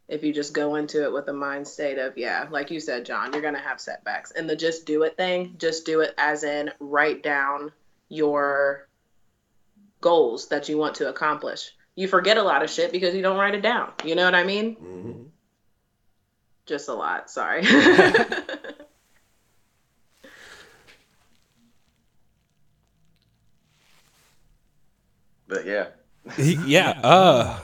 [SPEAKER 6] If you just go into it with a mind state of, yeah, like you said, John, you're going to have setbacks. And the just do it thing, just do it as in write down your goals that you want to accomplish. You forget a lot of shit because you don't write it down. You know what I mean?
[SPEAKER 1] Mhm.
[SPEAKER 6] Just a lot. Sorry.
[SPEAKER 8] But yeah,
[SPEAKER 3] yeah. Uh,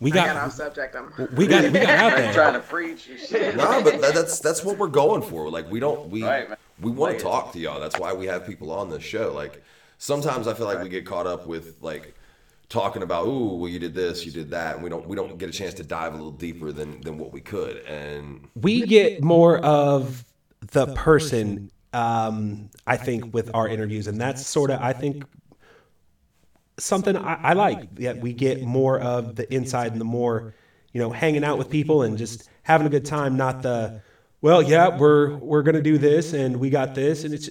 [SPEAKER 3] We
[SPEAKER 6] got, I got off subject. I'm
[SPEAKER 3] we got we got out there.
[SPEAKER 8] trying to preach and shit.
[SPEAKER 1] No, but that, that's that's what we're going for. Like we don't we
[SPEAKER 8] Right, man.
[SPEAKER 1] we want to talk to y'all. That's why we have people on this show. Like sometimes I feel like we get caught up with like talking about ooh well you did this you did that and we don't we don't get a chance to dive a little deeper than than what we could and
[SPEAKER 3] we get more of the person um, i think with our interviews and that's sort of i think something I, I like that we get more of the inside and the more you know hanging out with people and just having a good time not the well yeah we're we're gonna do this and we got this and it's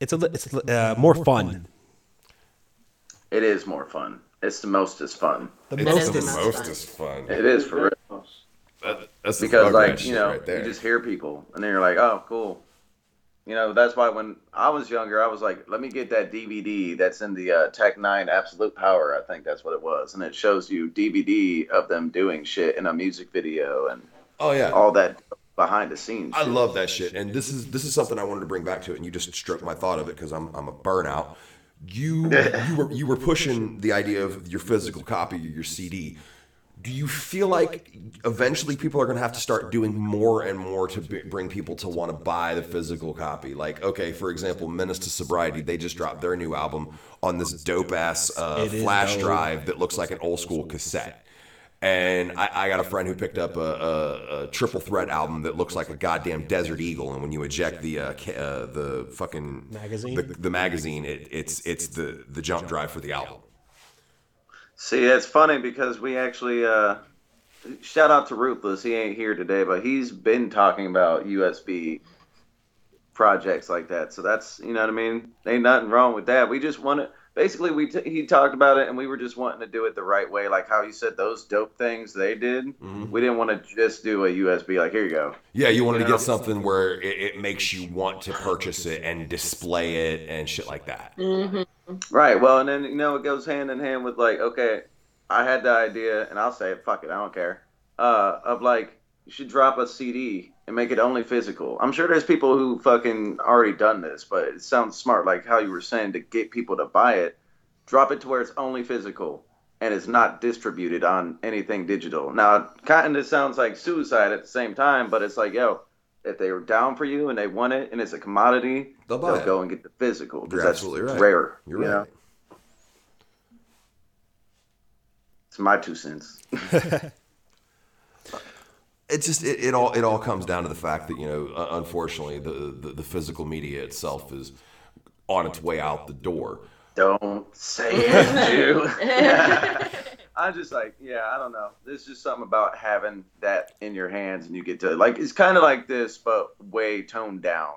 [SPEAKER 3] it's a li- it's uh, more fun
[SPEAKER 8] It is more fun. It's the most is fun.
[SPEAKER 3] the
[SPEAKER 1] it's
[SPEAKER 3] most
[SPEAKER 1] the
[SPEAKER 3] is
[SPEAKER 1] most is fun
[SPEAKER 8] It is for real.
[SPEAKER 1] That- that's the
[SPEAKER 8] because
[SPEAKER 1] bug
[SPEAKER 8] like
[SPEAKER 1] rat
[SPEAKER 8] you
[SPEAKER 1] shit
[SPEAKER 8] know
[SPEAKER 1] right there
[SPEAKER 8] you just hear people and then you're like oh cool you know that's why when i was younger i was like let me get that dvd that's in the uh, tech 9 absolute power i think that's what it was and it shows you dvd of them doing shit in a music video and
[SPEAKER 1] oh yeah
[SPEAKER 8] all that behind the scenes
[SPEAKER 1] I
[SPEAKER 8] shit.
[SPEAKER 1] love that shit. And this is this is something I wanted to bring back to it, and you just struck my thought of it because I'm I'm a burnout. You you were you were pushing the idea of your physical copy, your CD. Do you feel like eventually people are going to have to start doing more and more to b- bring people to want to buy the physical copy? Like, okay, for example, Menace to Sobriety, they just dropped their new album on this dope ass uh,
[SPEAKER 3] It is
[SPEAKER 1] flash
[SPEAKER 3] dope.
[SPEAKER 1] drive that looks like an old school cassette. And I, I got a friend who picked up a, a, a triple threat album that looks like a goddamn Desert Eagle, and when you eject the uh, ca- uh, the fucking
[SPEAKER 3] Magazine?
[SPEAKER 1] the, the magazine, it, it's it's the the jump drive for the album.
[SPEAKER 8] See, it's funny because we actually uh, shout out to Ruthless. He ain't here today, but he's been talking about USB projects like that. So that's you know what I mean. Ain't nothing wrong with that. We just want to basically we t- he talked about it, and we were just wanting to do it the right way, like how you said those dope things they did.
[SPEAKER 1] Mm-hmm.
[SPEAKER 8] We didn't want to just do a USB. Like here you go.
[SPEAKER 1] Yeah, you wanted to get something where it, it makes you want to purchase it and display it and shit like that.
[SPEAKER 6] Mm-hmm.
[SPEAKER 8] Right. Well, and then you know it goes hand in hand with like, okay, I had the idea, and I'll say it. Fuck it, I don't care. Uh, of like, you should drop a CD and make it only physical. I'm sure there's people who fucking already done this, but it sounds smart, like how you were saying to get people to buy it. Drop it to where it's only physical and it's not distributed on anything digital. Now, kind of sounds like suicide at the same time, but it's like, yo, if they were down for you and they want it and it's a commodity,
[SPEAKER 1] They'll
[SPEAKER 8] they'll,
[SPEAKER 1] buy it.
[SPEAKER 8] go and get the physical
[SPEAKER 1] You're
[SPEAKER 8] because that's
[SPEAKER 1] absolutely right.
[SPEAKER 8] rare.
[SPEAKER 1] You're
[SPEAKER 8] you
[SPEAKER 1] right.
[SPEAKER 8] know? It's my two cents.
[SPEAKER 1] it just it, it all it all comes down to the fact that you know uh, unfortunately the, the the physical media itself is on its way out the door
[SPEAKER 8] Don't say it, Jew. I'm just like, yeah, I don't know. There's just something about having that in your hands and you get to like it's kind of like this, but way toned down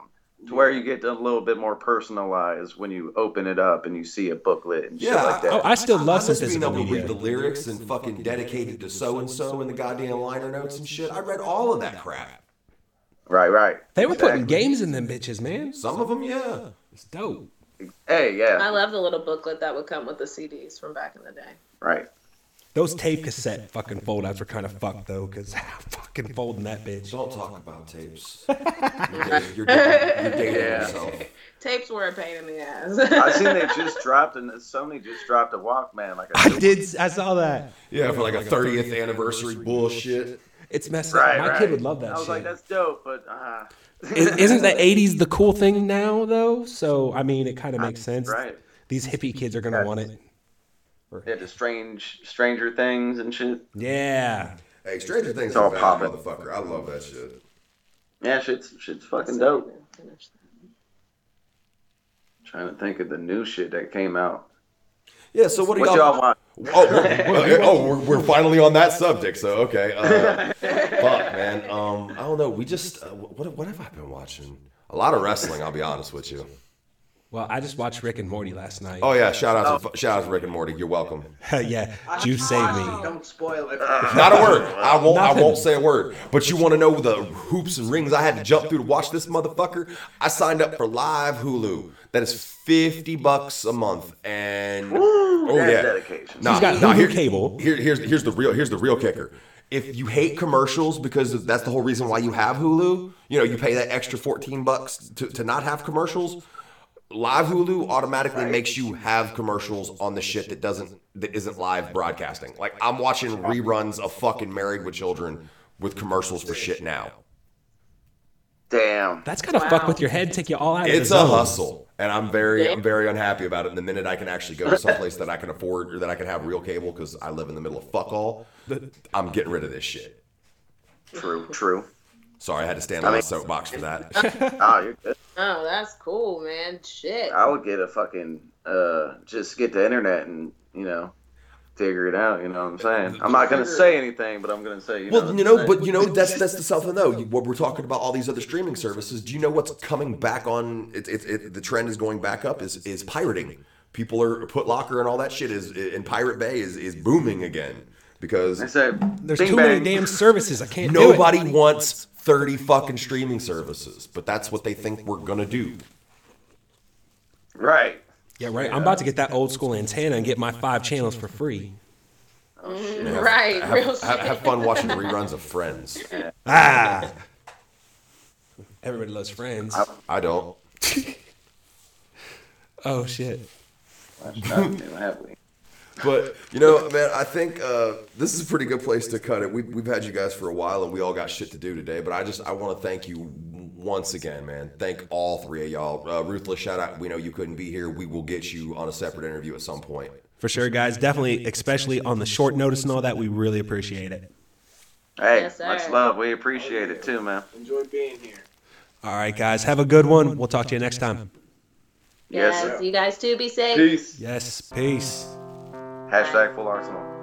[SPEAKER 8] to where you get a little bit more personalized when you open it up and you see a booklet and shit like that.
[SPEAKER 3] Oh, I- I still love some
[SPEAKER 1] miss being
[SPEAKER 3] physical
[SPEAKER 1] able to
[SPEAKER 3] media.
[SPEAKER 1] read the lyrics and fucking dedicated to so and so in the goddamn liner notes and shit i read all of that crap
[SPEAKER 8] right, right.
[SPEAKER 3] they were putting
[SPEAKER 8] Exactly.
[SPEAKER 3] games in them bitches man
[SPEAKER 1] some of them yeah
[SPEAKER 3] it's dope
[SPEAKER 8] Hey, yeah.
[SPEAKER 6] I love the little booklet that would come with the CDs from back in the day.
[SPEAKER 8] right.
[SPEAKER 3] those tape cassette fucking foldouts were kind of fucked though because fucking folding that bitch
[SPEAKER 1] don't talk about tapes you're dating, you're dating, you're dating
[SPEAKER 8] Yeah.
[SPEAKER 1] yourself
[SPEAKER 6] Tapes were a pain in the
[SPEAKER 8] I
[SPEAKER 6] ass.
[SPEAKER 8] seen they just dropped and Sony just dropped a Walkman like a
[SPEAKER 3] I did. I saw that.
[SPEAKER 1] yeah for like a 30th anniversary bullshit
[SPEAKER 3] It's messed up.
[SPEAKER 8] Right,
[SPEAKER 3] My
[SPEAKER 8] right.
[SPEAKER 3] kid would love that
[SPEAKER 8] I was
[SPEAKER 3] shit.
[SPEAKER 8] like, that's dope, but uh,
[SPEAKER 3] Is- Isn't the '80s the cool thing now, though? So I mean, it kind of makes sense.
[SPEAKER 8] right.
[SPEAKER 3] These hippie kids are gonna
[SPEAKER 8] Yeah.
[SPEAKER 3] want it.
[SPEAKER 8] Yeah, the strange Stranger Things and shit.
[SPEAKER 3] Yeah.
[SPEAKER 1] hey stranger things
[SPEAKER 8] all
[SPEAKER 1] are bad,
[SPEAKER 8] popping.
[SPEAKER 1] motherfucker i love that shit
[SPEAKER 8] Yeah, shit's shit's fucking dope. Trying to think of the new shit that came out.
[SPEAKER 1] yeah so what do
[SPEAKER 8] What y'all want?
[SPEAKER 1] Oh, well, well, oh, we're, we're finally on that subject. So okay, uh, fuck, man. Um, I don't know. We just uh, what what have I been watching? A lot of wrestling. I'll be honest with you.
[SPEAKER 3] Well, I just watched Rick and Morty last night.
[SPEAKER 1] Oh yeah, shout out to shout out to Rick and Morty. You're welcome.
[SPEAKER 3] yeah. Juice saved me.
[SPEAKER 7] Don't spoil it.
[SPEAKER 1] Not a word. I won't. I
[SPEAKER 3] Nothing.
[SPEAKER 1] won't say a word. But you want to know the hoops and rings I had to jump through to watch this motherfucker? I signed up for live Hulu. That is fifty bucks a month, and oh
[SPEAKER 8] that's
[SPEAKER 1] yeah,
[SPEAKER 8] dedication.
[SPEAKER 1] Nah,
[SPEAKER 3] He's got
[SPEAKER 1] nah,
[SPEAKER 3] Hulu
[SPEAKER 1] here-
[SPEAKER 3] cable.
[SPEAKER 1] Here, here's here's the real here's the real kicker. If you hate commercials because that's the whole reason why you have Hulu, you know you pay that extra fourteen bucks to, to not have commercials. live Hulu automatically makes you have commercials on the shit that doesn't that isn't live broadcasting. Like I'm watching reruns of fucking Married with Children with commercials for shit now.
[SPEAKER 8] Damn.
[SPEAKER 3] That's gotta fuck with your head, take you all out. of
[SPEAKER 1] It's
[SPEAKER 3] the
[SPEAKER 1] a
[SPEAKER 3] zone.
[SPEAKER 1] hustle, and I'm very I'm very unhappy about it. And the minute I can actually go to someplace that I can afford or that I can have real cable because I live in the middle of fuck all, I'm getting rid of this shit.
[SPEAKER 8] True, true.
[SPEAKER 1] Sorry, I had to stand on my soapbox for that.
[SPEAKER 8] Oh, you're good.
[SPEAKER 6] Oh, that's cool, man. Shit.
[SPEAKER 8] I would get a fucking uh, just get the internet and you know figure it out. You know what I'm saying? I'm not gonna say anything, but I'm gonna say you
[SPEAKER 1] Well,
[SPEAKER 8] know.
[SPEAKER 1] you know, but you know that's that's the something though. You- What we're talking about all these other streaming services. Do you know what's coming back on? It's it's it, the trend is going back up. Is is pirating? People are put locker and all that shit is in Pirate Bay is is booming again because
[SPEAKER 8] I said
[SPEAKER 3] There's
[SPEAKER 8] Bing
[SPEAKER 3] too
[SPEAKER 8] Bang.
[SPEAKER 3] many damn services. I can't do it.
[SPEAKER 1] nobody wants thirty fucking streaming services, but that's what they think we're gonna do.
[SPEAKER 8] Right.
[SPEAKER 3] Yeah, right. I'm about to get that old school antenna and get my five channels for free.
[SPEAKER 6] right.
[SPEAKER 1] Have,
[SPEAKER 6] real
[SPEAKER 1] have,
[SPEAKER 6] shit.
[SPEAKER 1] have fun watching reruns of Friends.
[SPEAKER 3] Ah. Everybody loves friends.
[SPEAKER 1] I don't.
[SPEAKER 3] Oh shit.
[SPEAKER 8] That's not new, have we?
[SPEAKER 1] But you know, man, I think uh, this is a pretty good place to cut it. We've, we've had you guys for a while, and we all got shit to do today. But I just I want to thank you once again, man. Thank all three of y'all. Uh, Ruthless, shout out. We know you couldn't be here. We will get you on a separate interview at some point.
[SPEAKER 3] For sure, guys. Definitely, especially on the short notice and all that, we really appreciate it.
[SPEAKER 8] Hey,
[SPEAKER 6] Yes, sir.
[SPEAKER 8] much love. We appreciate it too, man.
[SPEAKER 7] Enjoy being here.
[SPEAKER 3] All right, guys. Have a good one. We'll talk to you next time.
[SPEAKER 8] Yes,
[SPEAKER 6] yes. You guys too. Be safe.
[SPEAKER 8] Peace.
[SPEAKER 3] Yes. Peace.
[SPEAKER 8] Hashtag full arsenal.